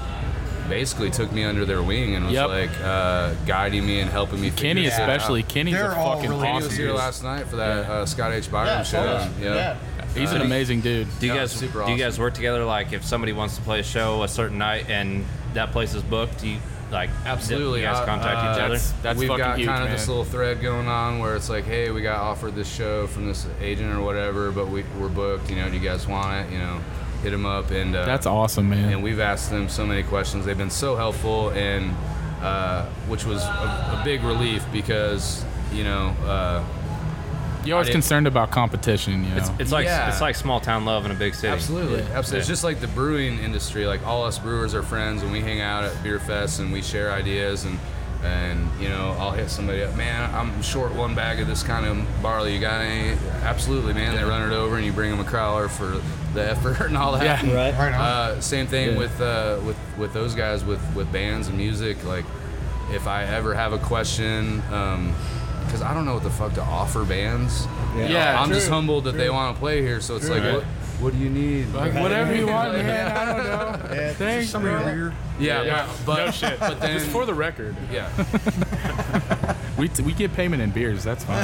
[SPEAKER 7] basically took me under their wing and was
[SPEAKER 1] Yep.
[SPEAKER 7] like uh, guiding me and helping me. figure
[SPEAKER 1] Kenny
[SPEAKER 7] shit out.
[SPEAKER 1] especially. Kenny's
[SPEAKER 4] They're
[SPEAKER 1] a
[SPEAKER 4] all
[SPEAKER 1] fucking
[SPEAKER 4] really
[SPEAKER 7] He
[SPEAKER 1] awesome
[SPEAKER 7] was here
[SPEAKER 1] dude.
[SPEAKER 7] last night for that uh, Scott H. Byron
[SPEAKER 2] Yeah,
[SPEAKER 7] show.
[SPEAKER 2] totally.
[SPEAKER 7] Yeah.
[SPEAKER 1] He's an amazing dude.
[SPEAKER 3] Do you
[SPEAKER 7] Yeah,
[SPEAKER 3] guys
[SPEAKER 7] super
[SPEAKER 3] do you
[SPEAKER 7] awesome.
[SPEAKER 3] guys work together? Like, if somebody wants to play a show a certain night and that place is booked, do you like
[SPEAKER 7] Absolutely.
[SPEAKER 3] You guys
[SPEAKER 7] Uh,
[SPEAKER 3] contact each
[SPEAKER 1] uh,
[SPEAKER 3] other.
[SPEAKER 1] that's-
[SPEAKER 7] We've
[SPEAKER 1] fucking
[SPEAKER 7] got
[SPEAKER 1] huge,
[SPEAKER 7] kind of
[SPEAKER 1] man.
[SPEAKER 7] this little thread going on where it's like, hey, we got offered this show from this agent or whatever, but we, we're booked. You know, do you guys want it? You know, hit them up and uh,
[SPEAKER 1] That's awesome, man.
[SPEAKER 7] and we've asked them so many questions. They've been so helpful, and uh, which was a, a big relief because you know uh,
[SPEAKER 1] You're always
[SPEAKER 7] I did-
[SPEAKER 1] concerned about competition, you know.
[SPEAKER 3] It's like
[SPEAKER 7] Yeah.
[SPEAKER 3] it's like small town love in a big city.
[SPEAKER 7] absolutely, absolutely. It's
[SPEAKER 3] Yeah.
[SPEAKER 7] just like the brewing industry. Like all us brewers are friends, and we hang out at beer fests, and we share ideas and. And you know, I'll hit somebody up. Man, I'm short one bag of this kind of barley. You got any? Absolutely, man. They run it over, and you bring them a crowler for the effort and all that.
[SPEAKER 1] Yeah.
[SPEAKER 5] Right.
[SPEAKER 4] Right on.
[SPEAKER 7] Uh, same thing
[SPEAKER 1] Yeah.
[SPEAKER 7] with uh, with with those guys with with bands and music. Like, if I ever have a question, because I don't know what the fuck to offer bands.
[SPEAKER 5] Yeah.
[SPEAKER 1] Yeah,
[SPEAKER 7] I'm just
[SPEAKER 1] true,
[SPEAKER 7] humbled that they want to play here. So it's like,
[SPEAKER 3] Right.
[SPEAKER 7] what what do you need?
[SPEAKER 1] Like, whatever you want, man. I don't know.
[SPEAKER 2] Yeah.
[SPEAKER 1] Thanks,
[SPEAKER 4] Somebody
[SPEAKER 1] bro.
[SPEAKER 4] over here.
[SPEAKER 7] Yeah,
[SPEAKER 1] Yeah.
[SPEAKER 7] but
[SPEAKER 1] no shit.
[SPEAKER 7] but then
[SPEAKER 1] Just for the record.
[SPEAKER 7] yeah.
[SPEAKER 1] We, t- we get payment in beers. That's fine.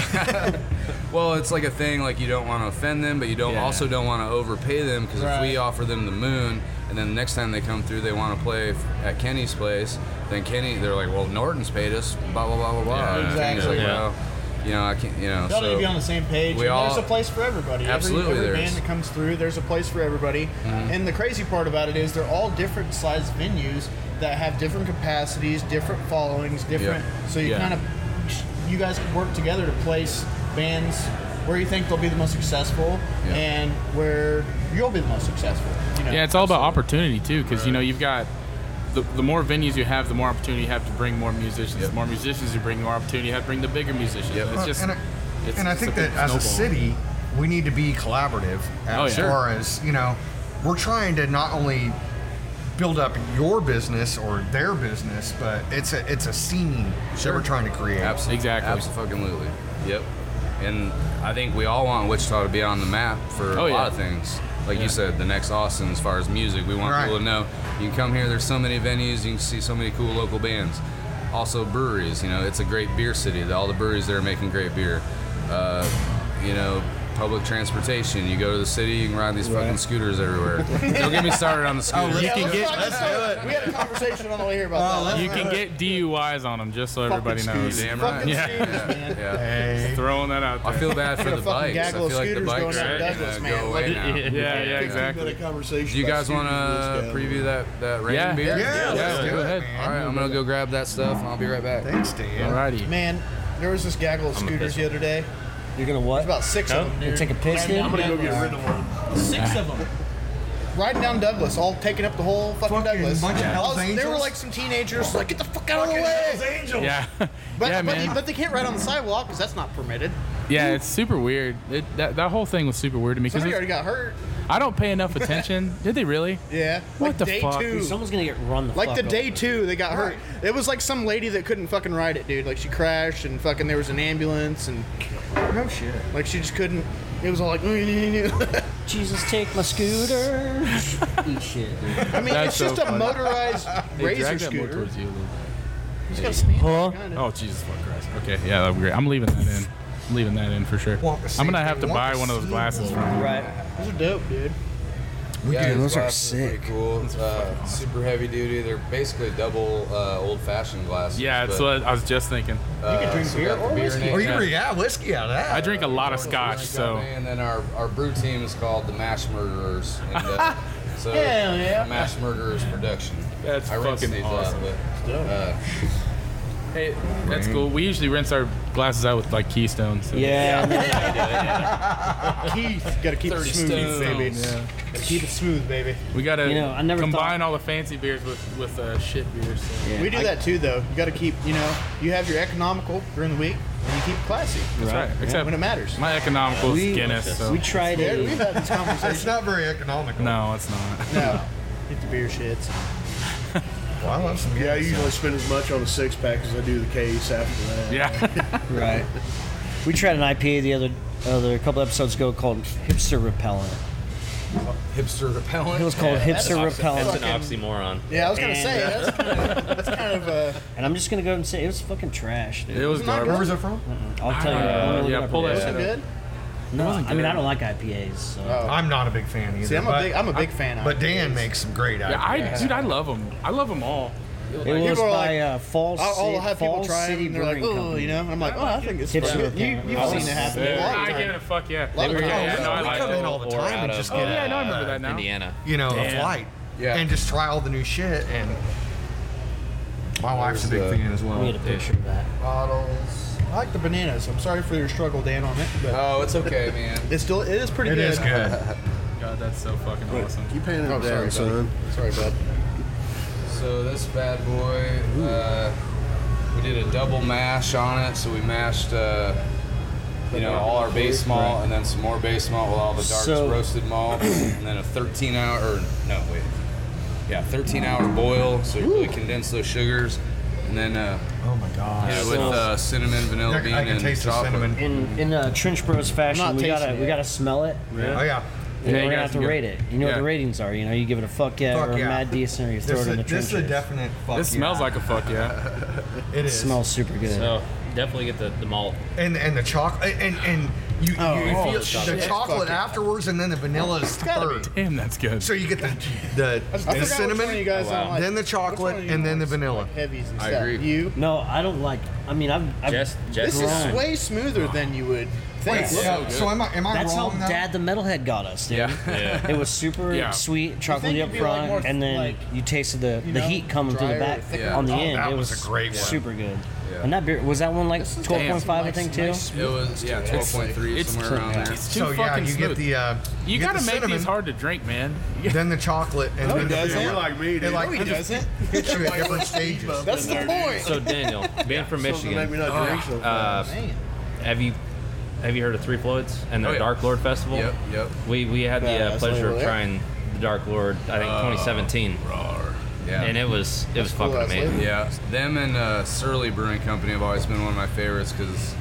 [SPEAKER 7] Well, it's like a thing like you don't want to offend them, but you don't
[SPEAKER 1] Yeah.
[SPEAKER 7] also don't want to overpay them because if we
[SPEAKER 2] Right.
[SPEAKER 7] offer them the moon and then the next time they come through they want to play f- at Kenny's place, then Kenny they're like, well, Norton's paid us, blah blah blah blah blah.
[SPEAKER 2] Yeah,
[SPEAKER 7] And Kenny's
[SPEAKER 2] exactly.
[SPEAKER 7] like,
[SPEAKER 3] Yeah.
[SPEAKER 7] well, you know, I can't, you know.
[SPEAKER 2] Y'all need to
[SPEAKER 7] So,
[SPEAKER 2] be on the same page.
[SPEAKER 7] we
[SPEAKER 2] and
[SPEAKER 7] all-
[SPEAKER 2] there's a place for everybody. Every-
[SPEAKER 7] Absolutely Mm-hmm.
[SPEAKER 2] every,
[SPEAKER 7] there is.
[SPEAKER 2] band that comes through, there's a place for everybody. And the crazy part about it is they're all different sized venues that have different capacities, different followings, different.
[SPEAKER 7] Yeah.
[SPEAKER 2] So you
[SPEAKER 7] Yeah.
[SPEAKER 2] kind of you guys work together to place bands where you think they'll be the most successful
[SPEAKER 7] Yeah.
[SPEAKER 2] and where you'll be the most successful. You know?
[SPEAKER 1] Yeah, it's all about opportunity too, because you know you've got the, the more venues you have, the more opportunity you have to bring more musicians.
[SPEAKER 7] Yep.
[SPEAKER 1] The more musicians you bring, the more opportunity you have to bring the bigger musicians.
[SPEAKER 7] Yep.
[SPEAKER 1] It's
[SPEAKER 7] Well,
[SPEAKER 1] just
[SPEAKER 4] and I,
[SPEAKER 1] it's-
[SPEAKER 4] and I
[SPEAKER 1] it's
[SPEAKER 4] think
[SPEAKER 1] a
[SPEAKER 4] that
[SPEAKER 1] big
[SPEAKER 4] as a
[SPEAKER 1] snowball.
[SPEAKER 4] city, we need to be collaborative
[SPEAKER 1] Oh,
[SPEAKER 4] as
[SPEAKER 1] yeah.
[SPEAKER 4] far as you know. We're trying to not only build up your business or their business, but it's a it's a scene that we're trying to create.
[SPEAKER 7] Absolutely.
[SPEAKER 1] Exactly.
[SPEAKER 7] Absolutely. Yep. And I think we all want Wichita to be on the map for
[SPEAKER 1] Oh,
[SPEAKER 7] a
[SPEAKER 1] yeah.
[SPEAKER 7] lot of things. Like
[SPEAKER 1] Yeah.
[SPEAKER 7] you said, the next Austin as far as music. We want
[SPEAKER 4] Right.
[SPEAKER 7] people to know you can come here, there's so many venues, you can see so many cool local bands. Also breweries, you know, it's a great beer city. All the breweries there are making great beer. Uh, you know, public transportation. You go to the city, you can ride these fucking scooters everywhere. Don't get me started
[SPEAKER 2] Oh,
[SPEAKER 7] on the scooters.
[SPEAKER 1] You can
[SPEAKER 2] let's
[SPEAKER 1] get-
[SPEAKER 2] talk- let's talk- We had a conversation on the way here about that.
[SPEAKER 1] You can get DUIs on them, just so everybody knows.
[SPEAKER 7] Damn right.
[SPEAKER 2] Fucking
[SPEAKER 1] Yeah.
[SPEAKER 2] scooters, man.
[SPEAKER 7] Yeah.
[SPEAKER 4] Hey.
[SPEAKER 1] Throwing that out
[SPEAKER 7] I
[SPEAKER 1] there.
[SPEAKER 7] feel bad for
[SPEAKER 2] Got a
[SPEAKER 7] the
[SPEAKER 2] fucking
[SPEAKER 7] bikes. I
[SPEAKER 2] gaggle
[SPEAKER 7] feel
[SPEAKER 2] of
[SPEAKER 7] like the
[SPEAKER 2] scooters going
[SPEAKER 7] bikes
[SPEAKER 2] up
[SPEAKER 7] are
[SPEAKER 2] Douglas,
[SPEAKER 7] gonna
[SPEAKER 2] man.
[SPEAKER 7] go
[SPEAKER 2] Like-
[SPEAKER 7] away now.
[SPEAKER 1] Yeah, yeah,
[SPEAKER 6] Got a
[SPEAKER 1] exactly.
[SPEAKER 6] conversation.
[SPEAKER 7] Do you
[SPEAKER 6] about
[SPEAKER 7] guys want to
[SPEAKER 6] scooters this
[SPEAKER 7] preview
[SPEAKER 6] guy.
[SPEAKER 7] that that rain
[SPEAKER 1] Yeah.
[SPEAKER 7] beer?
[SPEAKER 4] Yeah, let's
[SPEAKER 1] Yeah,
[SPEAKER 4] do
[SPEAKER 1] go
[SPEAKER 4] it,
[SPEAKER 1] ahead.
[SPEAKER 4] man.
[SPEAKER 7] All right, I'm gonna go grab that stuff and I'll be right back.
[SPEAKER 4] Thanks, Dan.
[SPEAKER 1] Alrighty.
[SPEAKER 2] Man, there was this gaggle of
[SPEAKER 3] I'm a
[SPEAKER 2] scooters
[SPEAKER 3] pisser.
[SPEAKER 2] the other day.
[SPEAKER 5] You're gonna what?
[SPEAKER 2] About six
[SPEAKER 3] Huh?
[SPEAKER 2] of them.
[SPEAKER 5] You
[SPEAKER 2] dude.
[SPEAKER 5] take a piss,
[SPEAKER 2] Riding
[SPEAKER 5] dude?
[SPEAKER 2] down
[SPEAKER 6] I'm gonna go
[SPEAKER 2] Douglas.
[SPEAKER 6] get rid of one.
[SPEAKER 2] Six of them. Riding down Douglas, all taking up the whole fucking,
[SPEAKER 4] Fucking
[SPEAKER 2] Douglas.
[SPEAKER 4] bunch of
[SPEAKER 2] I
[SPEAKER 4] Hell's
[SPEAKER 2] was- they were
[SPEAKER 4] Angels.
[SPEAKER 2] like some teenagers, like get the fuck out of the way.
[SPEAKER 6] Hell's Angels.
[SPEAKER 1] Yeah.
[SPEAKER 2] But,
[SPEAKER 1] yeah,
[SPEAKER 2] but,
[SPEAKER 1] man.
[SPEAKER 2] but they can't ride on the sidewalk because that's not permitted.
[SPEAKER 1] yeah, it's super weird. It, that, that whole thing was super weird to me
[SPEAKER 2] Somebody
[SPEAKER 1] because
[SPEAKER 2] already got hurt.
[SPEAKER 1] I don't pay enough attention. Did they really?
[SPEAKER 2] Yeah.
[SPEAKER 1] What
[SPEAKER 2] like
[SPEAKER 1] the
[SPEAKER 2] day
[SPEAKER 1] fuck?
[SPEAKER 2] two.
[SPEAKER 1] Dude,
[SPEAKER 5] Someone's gonna get run the
[SPEAKER 2] like
[SPEAKER 5] fuck
[SPEAKER 2] the day
[SPEAKER 5] over.
[SPEAKER 2] two, they got hurt. It was like some lady that couldn't fucking ride it, dude. Like she crashed and fucking there was an ambulance and
[SPEAKER 5] No shit.
[SPEAKER 2] like she just couldn't. It was all like. I
[SPEAKER 5] Jesus, take my scooter. Eat shit, dude.
[SPEAKER 2] mean,
[SPEAKER 1] That's
[SPEAKER 2] it's
[SPEAKER 1] so
[SPEAKER 2] just a
[SPEAKER 1] funny.
[SPEAKER 2] motorized
[SPEAKER 1] Hey,
[SPEAKER 2] razor
[SPEAKER 1] drag that more
[SPEAKER 2] scooter.
[SPEAKER 1] towards you a little bit.
[SPEAKER 2] You just gotta stand
[SPEAKER 5] Huh?
[SPEAKER 2] kinda.
[SPEAKER 1] Oh Jesus fuck Christ! Okay, yeah, that'd be great. I'm leaving that in. I'm leaving that in for sure.
[SPEAKER 4] Want the
[SPEAKER 1] I'm gonna
[SPEAKER 4] safety,
[SPEAKER 1] have to
[SPEAKER 4] want
[SPEAKER 1] buy
[SPEAKER 4] the
[SPEAKER 1] one of those
[SPEAKER 4] safety.
[SPEAKER 1] glasses from.
[SPEAKER 5] Right.
[SPEAKER 2] Those are dope, dude.
[SPEAKER 4] We
[SPEAKER 7] Yeah,
[SPEAKER 4] do.
[SPEAKER 7] these
[SPEAKER 4] Those are
[SPEAKER 7] glasses
[SPEAKER 4] sick.
[SPEAKER 7] pretty cool. Uh, super heavy duty. They're basically double uh, old fashioned glasses.
[SPEAKER 1] Yeah, that's
[SPEAKER 7] but,
[SPEAKER 1] what I was just thinking.
[SPEAKER 7] uh,
[SPEAKER 2] You can drink
[SPEAKER 7] so we
[SPEAKER 2] beer
[SPEAKER 7] got the
[SPEAKER 2] or whiskey.
[SPEAKER 7] in it.
[SPEAKER 4] Or you can yeah, whiskey out of that.
[SPEAKER 1] I drink a lot of
[SPEAKER 7] Orange
[SPEAKER 1] scotch, so
[SPEAKER 7] Company, and then our, our brew team is called the Mash Murderers. And, uh, so
[SPEAKER 2] Hell yeah.
[SPEAKER 7] Mash Murderers production.
[SPEAKER 1] That's
[SPEAKER 7] I rinsed
[SPEAKER 1] fucking
[SPEAKER 7] these
[SPEAKER 1] awesome.
[SPEAKER 7] Out, but, uh,
[SPEAKER 1] hey, that's cool. We usually rinse our glasses out with like Keystone. So.
[SPEAKER 5] Yeah. no.
[SPEAKER 2] Keith, gotta keep it
[SPEAKER 7] 30
[SPEAKER 2] smooth,
[SPEAKER 7] stones.
[SPEAKER 2] baby. Gotta keep it smooth, baby.
[SPEAKER 1] We gotta
[SPEAKER 5] You know, I never
[SPEAKER 1] combine
[SPEAKER 5] thought-
[SPEAKER 1] all the fancy beers with with uh, shit beers. So.
[SPEAKER 5] Yeah.
[SPEAKER 2] We do that too, though. You gotta keep, you know, you have your economical during the week, and you keep it classy
[SPEAKER 1] That's right. Except
[SPEAKER 2] when it matters.
[SPEAKER 1] my economical is
[SPEAKER 5] We-
[SPEAKER 1] Guinness. So.
[SPEAKER 5] We tried
[SPEAKER 2] Yeah, we've
[SPEAKER 5] a
[SPEAKER 2] had this
[SPEAKER 4] It's
[SPEAKER 2] conversation.
[SPEAKER 4] not very economical.
[SPEAKER 1] no, it's not.
[SPEAKER 2] no, get the beer shits.
[SPEAKER 4] Well, I love some.
[SPEAKER 6] Yeah, I
[SPEAKER 4] Guinness.
[SPEAKER 6] usually spend as much on a six pack as I do the case after that.
[SPEAKER 1] Yeah.
[SPEAKER 5] right. We tried an IPA the other other a couple episodes ago called Hipster Repellent.
[SPEAKER 7] hipster repellent.
[SPEAKER 5] It was called
[SPEAKER 2] that's
[SPEAKER 5] Hipster
[SPEAKER 3] That's
[SPEAKER 5] Repellent,
[SPEAKER 3] an oxymoron.
[SPEAKER 2] Yeah, I was gonna
[SPEAKER 5] And,
[SPEAKER 2] say
[SPEAKER 5] uh,
[SPEAKER 2] that's kind of, that's kind of uh,
[SPEAKER 5] and I'm just gonna go and say it was fucking trash, dude.
[SPEAKER 1] it was
[SPEAKER 2] It's not
[SPEAKER 1] garbage.
[SPEAKER 4] Where was it from?
[SPEAKER 5] I'll tell you.
[SPEAKER 1] Uh,
[SPEAKER 5] I'm gonna look
[SPEAKER 1] yeah,
[SPEAKER 5] it up
[SPEAKER 1] pull
[SPEAKER 5] right
[SPEAKER 1] that
[SPEAKER 5] now.
[SPEAKER 2] was it good?
[SPEAKER 5] No, I mean
[SPEAKER 1] good.
[SPEAKER 5] I don't like IPAs. So.
[SPEAKER 4] I'm not a big fan either.
[SPEAKER 2] See, I'm a
[SPEAKER 4] but-
[SPEAKER 2] big, I'm a big fan. of
[SPEAKER 4] But Dan
[SPEAKER 2] IPAs.
[SPEAKER 4] makes some great uh,
[SPEAKER 1] Yeah, I
[SPEAKER 4] ideas.
[SPEAKER 1] dude, I love them. I love them all.
[SPEAKER 5] It was
[SPEAKER 2] People are
[SPEAKER 5] by
[SPEAKER 2] like-
[SPEAKER 5] uh, Falls.
[SPEAKER 2] I'll, I'll
[SPEAKER 5] City,
[SPEAKER 2] have people
[SPEAKER 5] Falls
[SPEAKER 2] try it,
[SPEAKER 5] City
[SPEAKER 2] and they're like,
[SPEAKER 5] Brewing
[SPEAKER 2] oh,
[SPEAKER 5] Company.
[SPEAKER 2] you know, and I'm like, oh, I think it's
[SPEAKER 5] Hipster
[SPEAKER 2] fun. You,
[SPEAKER 5] Repellent.
[SPEAKER 2] you've
[SPEAKER 5] I
[SPEAKER 2] seen
[SPEAKER 5] was
[SPEAKER 2] it happen
[SPEAKER 5] there.
[SPEAKER 2] a lot of
[SPEAKER 1] I give it a
[SPEAKER 2] times.
[SPEAKER 1] fuck yeah.
[SPEAKER 2] Lot of
[SPEAKER 1] Yeah,
[SPEAKER 2] times.
[SPEAKER 1] yeah, no, I
[SPEAKER 4] we
[SPEAKER 1] like
[SPEAKER 4] come
[SPEAKER 1] them.
[SPEAKER 4] in all the
[SPEAKER 3] Or
[SPEAKER 4] time
[SPEAKER 3] out
[SPEAKER 4] and
[SPEAKER 3] of,
[SPEAKER 4] just
[SPEAKER 3] uh,
[SPEAKER 4] get,
[SPEAKER 1] Oh yeah, I know I remember that now.
[SPEAKER 3] Indiana.
[SPEAKER 4] you know,
[SPEAKER 1] Damn.
[SPEAKER 4] a flight
[SPEAKER 7] Yeah.
[SPEAKER 4] and just try all the new shit. And my wife's a big
[SPEAKER 7] There's, uh,
[SPEAKER 4] fan as well.
[SPEAKER 5] We had a picture of that.
[SPEAKER 7] bottles.
[SPEAKER 2] I like the bananas. I'm sorry for your struggle, Dan, on it, but
[SPEAKER 7] Oh, it's okay, man.
[SPEAKER 2] it's still it is pretty
[SPEAKER 4] It
[SPEAKER 2] good.
[SPEAKER 4] is good.
[SPEAKER 1] God, that's so fucking awesome.
[SPEAKER 6] You paying it
[SPEAKER 2] Oh, sorry,
[SPEAKER 6] down,
[SPEAKER 2] buddy.
[SPEAKER 6] son.
[SPEAKER 2] Sorry, bud.
[SPEAKER 7] So this bad boy, uh, we did a double mash on it. So we mashed, uh, you know, all our base malt and then some more base malt with all the dark
[SPEAKER 5] So-
[SPEAKER 7] roasted malt, and then a 13 hour or no wait, yeah, 13 hour boil. So you really condense those sugars, and then uh,
[SPEAKER 4] Oh my
[SPEAKER 7] hit
[SPEAKER 4] gosh.
[SPEAKER 7] it with uh, cinnamon, vanilla
[SPEAKER 4] I
[SPEAKER 7] bean,
[SPEAKER 4] can, I can
[SPEAKER 7] and
[SPEAKER 4] taste the
[SPEAKER 7] chocolate.
[SPEAKER 4] cinnamon.
[SPEAKER 5] In in uh, Trench Bros
[SPEAKER 2] not
[SPEAKER 5] fashion, we gotta
[SPEAKER 2] tasting
[SPEAKER 5] we
[SPEAKER 2] it.
[SPEAKER 5] gotta smell it.
[SPEAKER 4] Oh yeah.
[SPEAKER 5] And
[SPEAKER 1] Yeah, you guys
[SPEAKER 5] we're gonna have to
[SPEAKER 1] can go-
[SPEAKER 5] rate it. You know
[SPEAKER 7] Yeah.
[SPEAKER 5] what the ratings are. You know, you give it a fuck yeah
[SPEAKER 4] Fuck
[SPEAKER 5] or a
[SPEAKER 4] yeah.
[SPEAKER 5] mad decent, or you throw
[SPEAKER 4] This
[SPEAKER 5] it in
[SPEAKER 4] is,
[SPEAKER 5] the
[SPEAKER 4] this is
[SPEAKER 5] trenches.
[SPEAKER 4] a definite fuck.
[SPEAKER 1] This
[SPEAKER 4] yeah.
[SPEAKER 1] smells like a fuck yeah.
[SPEAKER 4] it
[SPEAKER 5] It
[SPEAKER 4] is.
[SPEAKER 5] smells super good.
[SPEAKER 3] So definitely get the, the malt.
[SPEAKER 4] and and the chocolate and and you,
[SPEAKER 5] Oh,
[SPEAKER 4] you
[SPEAKER 5] oh,
[SPEAKER 4] feel
[SPEAKER 5] shit.
[SPEAKER 4] the chocolate afterwards, and then the vanilla is
[SPEAKER 2] gotta be.
[SPEAKER 4] third.
[SPEAKER 1] Damn, that's good.
[SPEAKER 4] So you get the the,
[SPEAKER 2] I forgot
[SPEAKER 4] the
[SPEAKER 2] which
[SPEAKER 4] cinnamon, Oh,
[SPEAKER 2] one you guys don't like.
[SPEAKER 4] then the
[SPEAKER 2] Which one
[SPEAKER 4] chocolate,
[SPEAKER 2] do you
[SPEAKER 4] and then the
[SPEAKER 2] like?
[SPEAKER 4] vanilla.
[SPEAKER 2] Like heavies and
[SPEAKER 7] I
[SPEAKER 2] stuff.
[SPEAKER 7] agree.
[SPEAKER 2] You.
[SPEAKER 5] No, I don't like. I mean, I've. I've
[SPEAKER 3] Jess, Jess
[SPEAKER 2] This
[SPEAKER 3] grind.
[SPEAKER 2] is way smoother than you would think.
[SPEAKER 4] Wait, so,
[SPEAKER 7] good.
[SPEAKER 4] so am I am I
[SPEAKER 5] that's how
[SPEAKER 4] wrong though?
[SPEAKER 5] Dad the Metalhead got us, dude.
[SPEAKER 7] Yeah.
[SPEAKER 3] Yeah.
[SPEAKER 5] It was super
[SPEAKER 1] Yeah.
[SPEAKER 5] sweet, chocolatey
[SPEAKER 2] it'd
[SPEAKER 5] up
[SPEAKER 2] be, like,
[SPEAKER 5] front,
[SPEAKER 2] more,
[SPEAKER 5] and then
[SPEAKER 2] like,
[SPEAKER 5] you tasted the,
[SPEAKER 2] you
[SPEAKER 5] the
[SPEAKER 2] know,
[SPEAKER 5] heat coming through the
[SPEAKER 2] drier,
[SPEAKER 5] back
[SPEAKER 2] thicker?
[SPEAKER 5] on the
[SPEAKER 4] Oh,
[SPEAKER 5] end.
[SPEAKER 4] that
[SPEAKER 5] it
[SPEAKER 4] was
[SPEAKER 5] was,
[SPEAKER 4] a great one.
[SPEAKER 5] super good.
[SPEAKER 7] Yeah.
[SPEAKER 5] And that beer was that one like
[SPEAKER 2] This is
[SPEAKER 5] twelve point five, I
[SPEAKER 2] nice-
[SPEAKER 5] think too.
[SPEAKER 2] nice-
[SPEAKER 7] It was yeah, twelve point three
[SPEAKER 1] It's-
[SPEAKER 7] somewhere around there.
[SPEAKER 1] It's too
[SPEAKER 4] So yeah,
[SPEAKER 1] fucking
[SPEAKER 4] you
[SPEAKER 1] smooth.
[SPEAKER 4] get the uh, you
[SPEAKER 1] you
[SPEAKER 4] get
[SPEAKER 1] gotta
[SPEAKER 4] the
[SPEAKER 1] make
[SPEAKER 4] cinnamon,
[SPEAKER 1] these hard to drink, man. You
[SPEAKER 4] then the chocolate, and then
[SPEAKER 2] it
[SPEAKER 4] the
[SPEAKER 2] doesn't.
[SPEAKER 4] vanilla.
[SPEAKER 6] You're like me,
[SPEAKER 4] It
[SPEAKER 6] dude.
[SPEAKER 4] like
[SPEAKER 2] No, he doesn't.
[SPEAKER 4] hits you at different stages.
[SPEAKER 2] That's the point.
[SPEAKER 3] So Daniel, being from
[SPEAKER 6] Something that made me
[SPEAKER 3] Michigan,
[SPEAKER 7] Ah,
[SPEAKER 6] not drink so
[SPEAKER 3] uh,
[SPEAKER 2] Man.
[SPEAKER 3] have you have you heard of Three Floyds and the
[SPEAKER 7] Oh, yeah.
[SPEAKER 3] Dark Lord Festival?
[SPEAKER 7] Yep, yep.
[SPEAKER 3] We we had the uh,
[SPEAKER 2] Badass
[SPEAKER 3] pleasure of
[SPEAKER 2] label, yeah.
[SPEAKER 3] trying the Dark Lord. I think 2017,
[SPEAKER 7] Oh. Yeah.
[SPEAKER 3] and it was it was
[SPEAKER 2] cool,
[SPEAKER 3] fucking
[SPEAKER 2] that's
[SPEAKER 3] amazing.
[SPEAKER 2] label.
[SPEAKER 7] Yeah, them and uh, Surly Brewing Company have always been one of my favorites because,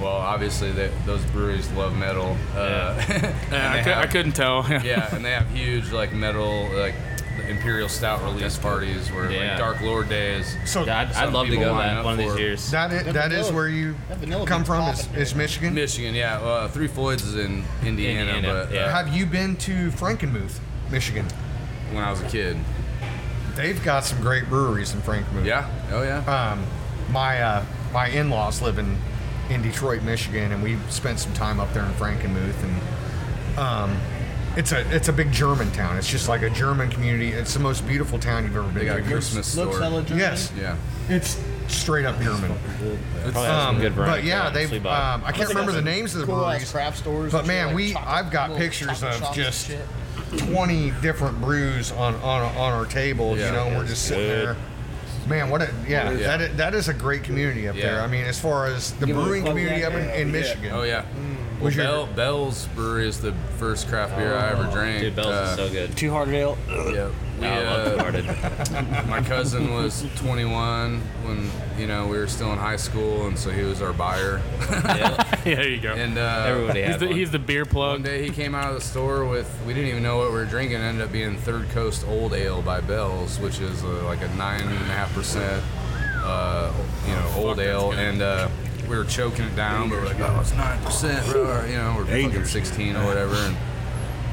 [SPEAKER 7] well, obviously they, those breweries love metal. Uh, and
[SPEAKER 1] I,
[SPEAKER 7] they
[SPEAKER 1] cou- I
[SPEAKER 7] have-
[SPEAKER 1] couldn't tell.
[SPEAKER 7] Yeah, and they have huge like metal like Imperial Stout release parties where
[SPEAKER 3] Yeah.
[SPEAKER 7] like Dark Lord days.
[SPEAKER 4] So
[SPEAKER 3] Yeah, I'd, I'd
[SPEAKER 7] Some
[SPEAKER 3] love to
[SPEAKER 7] people
[SPEAKER 3] go
[SPEAKER 7] line
[SPEAKER 3] that
[SPEAKER 7] up
[SPEAKER 3] one of these
[SPEAKER 7] for it.
[SPEAKER 3] years.
[SPEAKER 4] that is, that is where you
[SPEAKER 2] That vanilla
[SPEAKER 4] come
[SPEAKER 2] been
[SPEAKER 4] from is,
[SPEAKER 2] popping,
[SPEAKER 4] is Michigan.
[SPEAKER 7] Michigan, yeah. Uh, Three Floyds is in Indiana,
[SPEAKER 3] Indiana,
[SPEAKER 7] but uh,
[SPEAKER 3] yeah.
[SPEAKER 4] Have you been to Frankenmuth, Michigan?
[SPEAKER 7] when I was a kid,
[SPEAKER 4] They've got some great breweries in Frankenmuth.
[SPEAKER 7] yeah, oh yeah,
[SPEAKER 2] Uh,
[SPEAKER 4] um, my uh, my in-laws live in in Detroit, Michigan, and we spent some time up there in Frankenmuth, and um, it's a it's a big German town. It's just like a German community. It's the most beautiful town you've ever been
[SPEAKER 7] they got a
[SPEAKER 4] to.
[SPEAKER 7] Christmas
[SPEAKER 2] Looks hella
[SPEAKER 7] store.
[SPEAKER 2] German.
[SPEAKER 4] Yes,
[SPEAKER 7] Yeah,
[SPEAKER 4] it's straight up German.
[SPEAKER 3] Probably have some
[SPEAKER 4] Um,
[SPEAKER 3] good
[SPEAKER 4] but
[SPEAKER 3] Veronica
[SPEAKER 4] yeah,
[SPEAKER 3] and
[SPEAKER 4] they've
[SPEAKER 3] Sleebach.
[SPEAKER 4] um, I can't
[SPEAKER 2] They got
[SPEAKER 4] remember the
[SPEAKER 2] some
[SPEAKER 4] names of the
[SPEAKER 2] cool ass
[SPEAKER 4] breweries,
[SPEAKER 2] craft stores.
[SPEAKER 4] but
[SPEAKER 2] and shit,
[SPEAKER 4] man,
[SPEAKER 2] like
[SPEAKER 4] we
[SPEAKER 2] chocolate-
[SPEAKER 4] I've got
[SPEAKER 2] little
[SPEAKER 4] pictures
[SPEAKER 2] chocolate
[SPEAKER 4] of
[SPEAKER 2] shops and
[SPEAKER 4] just
[SPEAKER 2] shit.
[SPEAKER 4] twenty different brews on on on our table.
[SPEAKER 7] Yeah.
[SPEAKER 4] you know, and we're just sitting there. Man, what a yeah,
[SPEAKER 7] Yeah.
[SPEAKER 4] That, is, that is a great community up
[SPEAKER 7] Yeah.
[SPEAKER 4] there. I mean, as far as the
[SPEAKER 5] Give me a
[SPEAKER 4] brewing
[SPEAKER 5] plug
[SPEAKER 4] community
[SPEAKER 5] right
[SPEAKER 4] up in,
[SPEAKER 2] there.
[SPEAKER 4] in
[SPEAKER 2] Yeah.
[SPEAKER 4] Michigan.
[SPEAKER 7] oh yeah.
[SPEAKER 2] Mm.
[SPEAKER 7] Well,
[SPEAKER 4] Was your-
[SPEAKER 7] Bell, Bell's Brewery is the first craft beer I ever drank.
[SPEAKER 3] Dude, Bell's
[SPEAKER 7] Uh,
[SPEAKER 3] is so good.
[SPEAKER 5] Too hard ale.
[SPEAKER 7] Yeah, we,
[SPEAKER 3] I love
[SPEAKER 7] uh,
[SPEAKER 3] the Guarded.
[SPEAKER 7] my cousin was 21 when you know we were still in high school, and so he was our buyer.
[SPEAKER 3] Yeah,
[SPEAKER 1] Yeah, there you go.
[SPEAKER 7] And uh,
[SPEAKER 3] everybody
[SPEAKER 1] he's,
[SPEAKER 3] had
[SPEAKER 1] the,
[SPEAKER 3] one.
[SPEAKER 1] he's the beer
[SPEAKER 7] one
[SPEAKER 1] plug.
[SPEAKER 7] day he came out of the store with we didn't even know what we were drinking. It ended up being Third Coast Old Ale by Bell's, which is uh, like a nine and a half percent, uh, you know, old ale, and uh, we were choking it down, but we're like, oh, it's nine percent, you know, we're fucking
[SPEAKER 6] Dangerous.
[SPEAKER 7] 16 or whatever, and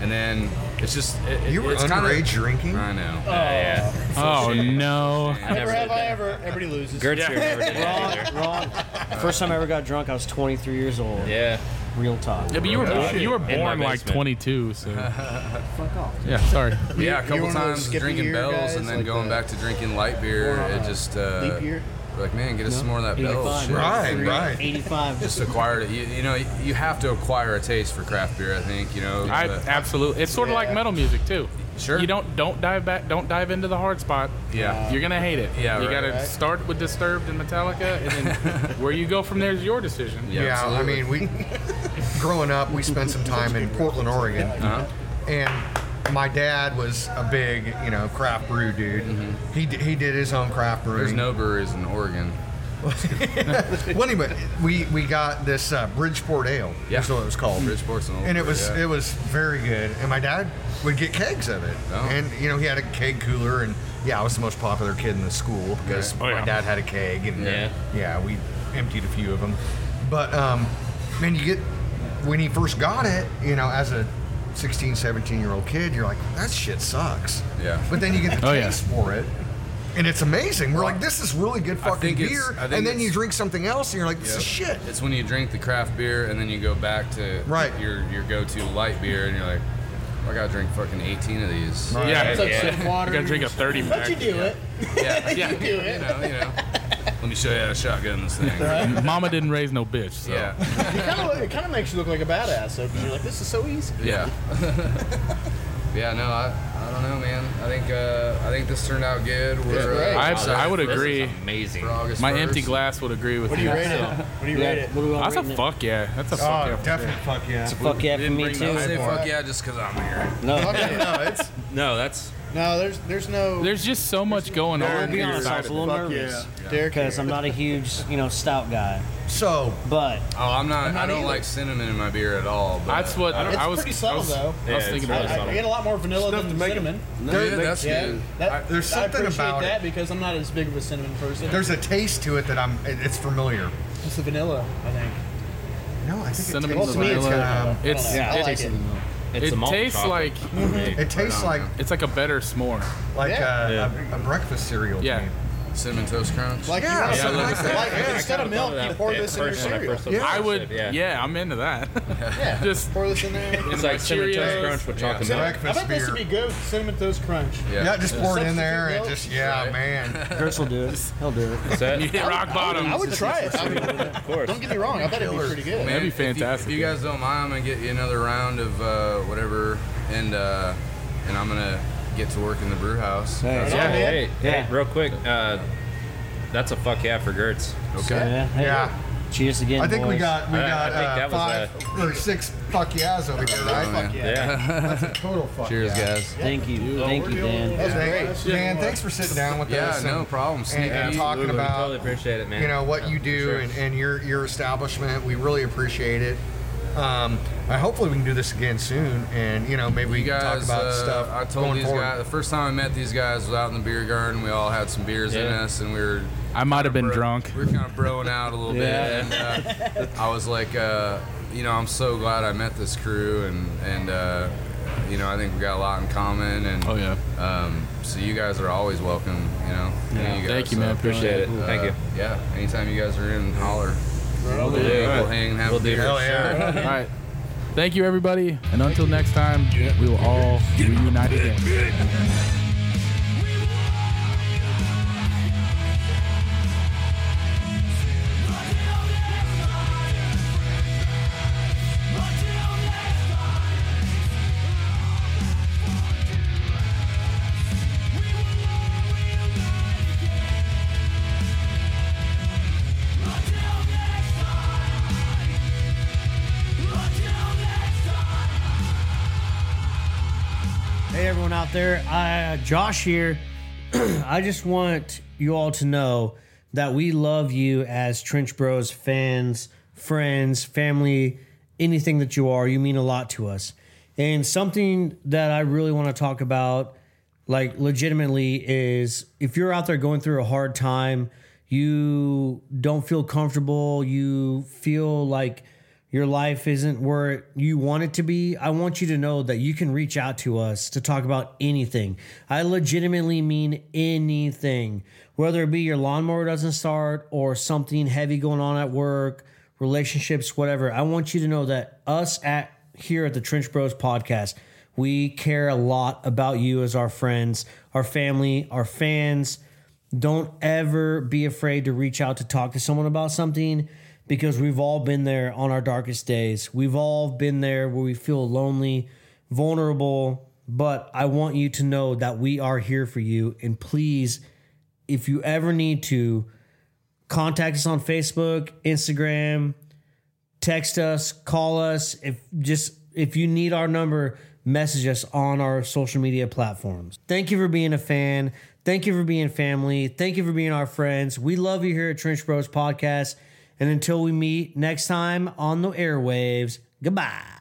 [SPEAKER 7] and then it's just it, it-
[SPEAKER 4] You were
[SPEAKER 7] it's kinda-
[SPEAKER 4] underage drinking.
[SPEAKER 7] I know.
[SPEAKER 3] yeah.
[SPEAKER 1] Oh no.
[SPEAKER 3] I never
[SPEAKER 2] Never
[SPEAKER 3] did
[SPEAKER 2] have I
[SPEAKER 3] that.
[SPEAKER 2] ever. Everybody loses.
[SPEAKER 3] Gertrude never did that either.
[SPEAKER 5] Wrong. First time I ever got drunk, I was 23 years old.
[SPEAKER 3] Yeah.
[SPEAKER 5] Real talk.
[SPEAKER 1] Yeah, but you were
[SPEAKER 3] Yeah.
[SPEAKER 1] born, you were
[SPEAKER 3] In my
[SPEAKER 1] born like
[SPEAKER 3] basement.
[SPEAKER 1] 22, so
[SPEAKER 5] Fuck off.
[SPEAKER 1] yeah. Sorry.
[SPEAKER 7] Yeah, a
[SPEAKER 2] You- you
[SPEAKER 7] couple
[SPEAKER 2] were one of those
[SPEAKER 7] times
[SPEAKER 2] skip a
[SPEAKER 7] drinking
[SPEAKER 2] year
[SPEAKER 7] bells
[SPEAKER 2] guys,
[SPEAKER 7] and then
[SPEAKER 2] like
[SPEAKER 7] going
[SPEAKER 2] the-
[SPEAKER 7] back to drinking light beer.
[SPEAKER 2] Or,
[SPEAKER 7] It
[SPEAKER 2] uh,
[SPEAKER 7] just uh,
[SPEAKER 2] leap year?
[SPEAKER 7] we're like, man, get us some more of that bell
[SPEAKER 5] 85.
[SPEAKER 7] shit.
[SPEAKER 4] Right,
[SPEAKER 7] And
[SPEAKER 4] right.
[SPEAKER 5] 85.
[SPEAKER 7] Just acquired it. You, you know, you have to acquire a taste for craft beer. I think you know.
[SPEAKER 1] I
[SPEAKER 7] but-
[SPEAKER 1] absolutely. It's sort of like
[SPEAKER 2] Yeah.
[SPEAKER 1] metal music too.
[SPEAKER 7] Sure.
[SPEAKER 1] You don't don't dive back. Don't dive into the hard spot.
[SPEAKER 7] Yeah.
[SPEAKER 1] You're gonna hate it.
[SPEAKER 7] Yeah,
[SPEAKER 1] You
[SPEAKER 7] right.
[SPEAKER 1] gotta
[SPEAKER 2] Right.
[SPEAKER 1] start with Disturbed and Metallica, and then where you go from there is your decision.
[SPEAKER 7] Yeah,
[SPEAKER 4] yeah, I
[SPEAKER 7] absolutely.
[SPEAKER 4] mean, we growing up, we spent some time in Portland, Oregon,
[SPEAKER 7] Uh-huh.
[SPEAKER 4] and my dad was a big, you know, craft brew dude. He d- he did his own craft brewing.
[SPEAKER 7] Mm-hmm. There's no breweries in Oregon.
[SPEAKER 4] well, anyway, we we got this uh, Bridgeport Ale.
[SPEAKER 7] Yeah.
[SPEAKER 4] is what it was called.
[SPEAKER 7] Bridgeport's an old.
[SPEAKER 4] and it was
[SPEAKER 7] brewery,
[SPEAKER 4] it was very good. And my dad would get kegs of it,
[SPEAKER 7] Oh.
[SPEAKER 4] and you know he had a keg cooler, and yeah, I was the most popular kid in the school because
[SPEAKER 1] Oh, yeah.
[SPEAKER 4] my dad had a keg, and
[SPEAKER 3] Yeah.
[SPEAKER 4] yeah, we emptied a few of them. But um, man, you get when he first got it, you know, as a 16, 17 year old kid, you're like, that shit sucks.
[SPEAKER 7] Yeah.
[SPEAKER 4] But then you get the
[SPEAKER 1] Oh, yeah.
[SPEAKER 4] taste for it. And it's amazing. We're like, this is really good fucking
[SPEAKER 7] think it's-
[SPEAKER 4] beer.
[SPEAKER 7] I think
[SPEAKER 4] And then
[SPEAKER 7] it's-
[SPEAKER 4] you drink something else, and you're like, this
[SPEAKER 7] yeah.
[SPEAKER 4] is shit.
[SPEAKER 7] It's when you drink the craft beer and then you go back to
[SPEAKER 4] Right.
[SPEAKER 7] your your go-to light beer and you're like, I gotta drink fucking 18 of these.
[SPEAKER 4] Right.
[SPEAKER 1] Yeah.
[SPEAKER 2] It's like some
[SPEAKER 1] I
[SPEAKER 2] water.
[SPEAKER 1] gotta drink a 30
[SPEAKER 2] But you
[SPEAKER 1] pack.
[SPEAKER 2] do it.
[SPEAKER 7] Yeah.
[SPEAKER 1] Yeah.
[SPEAKER 2] Do
[SPEAKER 7] You
[SPEAKER 2] it.
[SPEAKER 7] know, you know. Let me show you how to shotgun this thing.
[SPEAKER 1] Mama didn't raise no bitch. So.
[SPEAKER 7] Yeah.
[SPEAKER 2] It kind of it kind of makes you look like a badass though, because you're like, this is so easy.
[SPEAKER 7] Yeah. yeah. No, I, I don't know, man. I think uh, I think this turned out good. We're,
[SPEAKER 2] Yeah,
[SPEAKER 7] uh,
[SPEAKER 1] I,
[SPEAKER 3] Wow,
[SPEAKER 1] I would
[SPEAKER 3] this is
[SPEAKER 1] agree.
[SPEAKER 3] Amazing.
[SPEAKER 7] for August
[SPEAKER 1] My
[SPEAKER 7] 1st.
[SPEAKER 1] empty glass would agree with
[SPEAKER 2] What do
[SPEAKER 1] you.
[SPEAKER 2] you rate it? What do you rate
[SPEAKER 5] Yeah,
[SPEAKER 2] it?
[SPEAKER 5] what do I
[SPEAKER 1] That's a
[SPEAKER 5] rate it?
[SPEAKER 1] fuck yeah. That's a fuck yeah.
[SPEAKER 4] Oh, definitely fuck yeah.
[SPEAKER 5] Fuck yeah for
[SPEAKER 7] Didn't
[SPEAKER 5] me
[SPEAKER 7] bring that- I say
[SPEAKER 5] too.
[SPEAKER 7] fuck yeah just 'cause I'm here.
[SPEAKER 5] No.
[SPEAKER 2] Okay.
[SPEAKER 4] no, it's
[SPEAKER 3] No, that's
[SPEAKER 2] No, there's there's no
[SPEAKER 1] There's just so much going
[SPEAKER 5] I'll
[SPEAKER 1] on.
[SPEAKER 5] be
[SPEAKER 1] here.
[SPEAKER 5] honest, I was a little
[SPEAKER 6] Fuck
[SPEAKER 5] nervous
[SPEAKER 2] Derek.
[SPEAKER 5] because I'm not a huge, you know, stout guy.
[SPEAKER 4] so
[SPEAKER 5] But
[SPEAKER 7] Oh, I'm not.
[SPEAKER 2] I'm not
[SPEAKER 7] I don't
[SPEAKER 2] either.
[SPEAKER 7] like cinnamon in my beer at all. But
[SPEAKER 1] That's what
[SPEAKER 2] It's
[SPEAKER 1] I was.
[SPEAKER 2] pretty
[SPEAKER 1] I
[SPEAKER 2] subtle
[SPEAKER 1] was,
[SPEAKER 2] though.
[SPEAKER 1] I was
[SPEAKER 3] Yeah,
[SPEAKER 1] thinking
[SPEAKER 3] it's
[SPEAKER 1] about
[SPEAKER 3] really
[SPEAKER 1] it.
[SPEAKER 2] I, I get a lot more vanilla
[SPEAKER 6] Stuff to
[SPEAKER 2] than
[SPEAKER 6] make it-
[SPEAKER 2] cinnamon.
[SPEAKER 7] Dude,
[SPEAKER 4] There-
[SPEAKER 7] that's
[SPEAKER 2] Yeah,
[SPEAKER 7] good.
[SPEAKER 2] that,
[SPEAKER 4] I- there's something
[SPEAKER 2] I appreciate
[SPEAKER 4] about
[SPEAKER 2] that
[SPEAKER 4] it.
[SPEAKER 2] because I'm not as big of a cinnamon person.
[SPEAKER 4] there's a taste to it that I'm. it- It's familiar.
[SPEAKER 2] It's the vanilla, I think.
[SPEAKER 4] No, I think
[SPEAKER 1] Cinnamon
[SPEAKER 4] it tastes
[SPEAKER 2] vanilla.
[SPEAKER 4] like, um,
[SPEAKER 1] It's
[SPEAKER 2] Yeah, I
[SPEAKER 5] it
[SPEAKER 2] like
[SPEAKER 5] tastes
[SPEAKER 2] it.
[SPEAKER 5] like milk.
[SPEAKER 3] It's
[SPEAKER 1] It
[SPEAKER 3] a malt
[SPEAKER 1] tastes
[SPEAKER 3] chocolate.
[SPEAKER 1] like-
[SPEAKER 4] it tastes like
[SPEAKER 1] it's like a better s'more.
[SPEAKER 4] like
[SPEAKER 2] Yeah.
[SPEAKER 4] uh, A, a breakfast cereal.
[SPEAKER 1] Yeah.
[SPEAKER 4] To me.
[SPEAKER 7] Cinnamon Toast Crunch.
[SPEAKER 2] Like
[SPEAKER 4] Yeah,
[SPEAKER 2] you
[SPEAKER 4] yeah,
[SPEAKER 2] want
[SPEAKER 4] I
[SPEAKER 2] something
[SPEAKER 4] like that.
[SPEAKER 2] like,
[SPEAKER 4] Yeah,
[SPEAKER 2] like instead of milk, you pour this in your cereal.
[SPEAKER 4] Yeah.
[SPEAKER 1] I would, yeah. I'm into that.
[SPEAKER 2] Yeah,
[SPEAKER 1] Just-
[SPEAKER 2] pour this in there.
[SPEAKER 3] It's
[SPEAKER 1] my
[SPEAKER 3] like cinnamon toast
[SPEAKER 1] Cheerios.
[SPEAKER 3] crunch with chocolate
[SPEAKER 4] Yeah.
[SPEAKER 3] milk.
[SPEAKER 2] I
[SPEAKER 4] Breakfast
[SPEAKER 2] bet this would
[SPEAKER 4] beer.
[SPEAKER 2] be good with cinnamon toast crunch.
[SPEAKER 4] Yeah, just pour it in there
[SPEAKER 2] Substitute
[SPEAKER 4] and
[SPEAKER 2] milk.
[SPEAKER 4] just yeah,
[SPEAKER 7] Right.
[SPEAKER 4] man.
[SPEAKER 5] Kurtz will do it. He'll do it.
[SPEAKER 3] Is that-
[SPEAKER 1] You hit rock bottom.
[SPEAKER 2] I would try it. I mean,
[SPEAKER 3] Of course.
[SPEAKER 2] don't get me wrong. I bet it'd be pretty good.
[SPEAKER 1] That'd be
[SPEAKER 7] if you-
[SPEAKER 1] fantastic,
[SPEAKER 7] If you,
[SPEAKER 1] yeah.
[SPEAKER 7] guys don't mind, I'm gonna get you another round of uh, whatever, and uh, and I'm gonna get to work in the brew house.
[SPEAKER 5] Hey,
[SPEAKER 3] Yeah,
[SPEAKER 2] Yeah.
[SPEAKER 3] hey,
[SPEAKER 5] Yeah.
[SPEAKER 3] hey, real quick. Uh, that's a fuck yeah for Gertz.
[SPEAKER 7] Okay.
[SPEAKER 5] Yeah. hey.
[SPEAKER 4] Yeah.
[SPEAKER 5] Cheers again.
[SPEAKER 4] I think we
[SPEAKER 5] boys.
[SPEAKER 4] got we
[SPEAKER 3] I- I
[SPEAKER 4] got
[SPEAKER 3] think
[SPEAKER 4] uh,
[SPEAKER 3] that was
[SPEAKER 4] five or six fuck yeahs over here,
[SPEAKER 7] Oh,
[SPEAKER 4] right?
[SPEAKER 7] man.
[SPEAKER 3] Yeah.
[SPEAKER 4] That's a total fuck
[SPEAKER 7] Cheers,
[SPEAKER 4] yeah.
[SPEAKER 7] guys.
[SPEAKER 5] Thank you. Thank you, Dan.
[SPEAKER 2] That's
[SPEAKER 4] Thank-
[SPEAKER 2] great.
[SPEAKER 4] man. Thanks for sitting down with
[SPEAKER 7] Yeah,
[SPEAKER 4] us.
[SPEAKER 7] no
[SPEAKER 4] and-
[SPEAKER 7] problem. Sneaky.
[SPEAKER 4] and, and talking
[SPEAKER 3] totally
[SPEAKER 4] about
[SPEAKER 3] appreciate it, man.
[SPEAKER 4] you know what you do
[SPEAKER 3] sure.
[SPEAKER 4] and, and your your establishment. We really appreciate it. Um, I hopefully we can do this again soon, and you know maybe we
[SPEAKER 7] You
[SPEAKER 4] can talk
[SPEAKER 7] guys,
[SPEAKER 4] about
[SPEAKER 7] uh,
[SPEAKER 4] stuff
[SPEAKER 7] I told
[SPEAKER 4] going
[SPEAKER 7] these
[SPEAKER 4] forward.
[SPEAKER 7] guys the first time I met these guys was out in the beer garden. We all had some beers in
[SPEAKER 3] Yeah.
[SPEAKER 7] us, and we were.
[SPEAKER 1] I might have been
[SPEAKER 7] bro-
[SPEAKER 1] drunk.
[SPEAKER 7] We were kind of broing out a little
[SPEAKER 5] Yeah.
[SPEAKER 7] bit. And, uh, I was like, uh, you know, I'm so glad I met this crew, and and uh, you know, I think we got a lot in common. And
[SPEAKER 1] Oh yeah.
[SPEAKER 7] Um, so you guys are always welcome. You know. Any of guys,
[SPEAKER 1] Thank you, man.
[SPEAKER 7] so,
[SPEAKER 1] Appreciate
[SPEAKER 3] appreciate
[SPEAKER 1] it.
[SPEAKER 3] it. Thank you.
[SPEAKER 7] uh, Yeah. Anytime you guys are in, holler.
[SPEAKER 3] We'll
[SPEAKER 7] We'll
[SPEAKER 3] do.
[SPEAKER 7] hang and have
[SPEAKER 3] We'll
[SPEAKER 7] a
[SPEAKER 3] do.
[SPEAKER 7] beer.
[SPEAKER 4] Hell yeah.
[SPEAKER 1] All right. Thank you, everybody. And until next time, we will all reunite again.
[SPEAKER 5] Hey, everyone out there. I, Josh here. I just want you all to know that we love you as Trench Bros fans, friends, family, anything that you are. You mean a lot to us. And something that I really want to talk about, like legitimately, is if you're out there going through a hard time, you don't feel comfortable, you feel like your life isn't where you want it to be, I want you to know that you can reach out to us to talk about anything. I legitimately mean anything, whether it be your lawnmower doesn't start or something heavy going on at work, relationships, whatever. I want you to know that us at here at the Trench Bros podcast, we care a lot about you as our friends, our family, our fans don't ever be afraid to reach out to talk to someone about something because we've all been there on our darkest days. We've all been there where we feel lonely, vulnerable, but I want you to know that we are here for you. And please, if you ever need to, contact us on Facebook, Instagram, text us, call us. If just if you need our number, message us on our social media platforms. Thank you for being a fan. Thank you for being family. Thank you for being our friends. We love you here at Trench Bros Podcast. And until we meet next time on the airwaves, goodbye.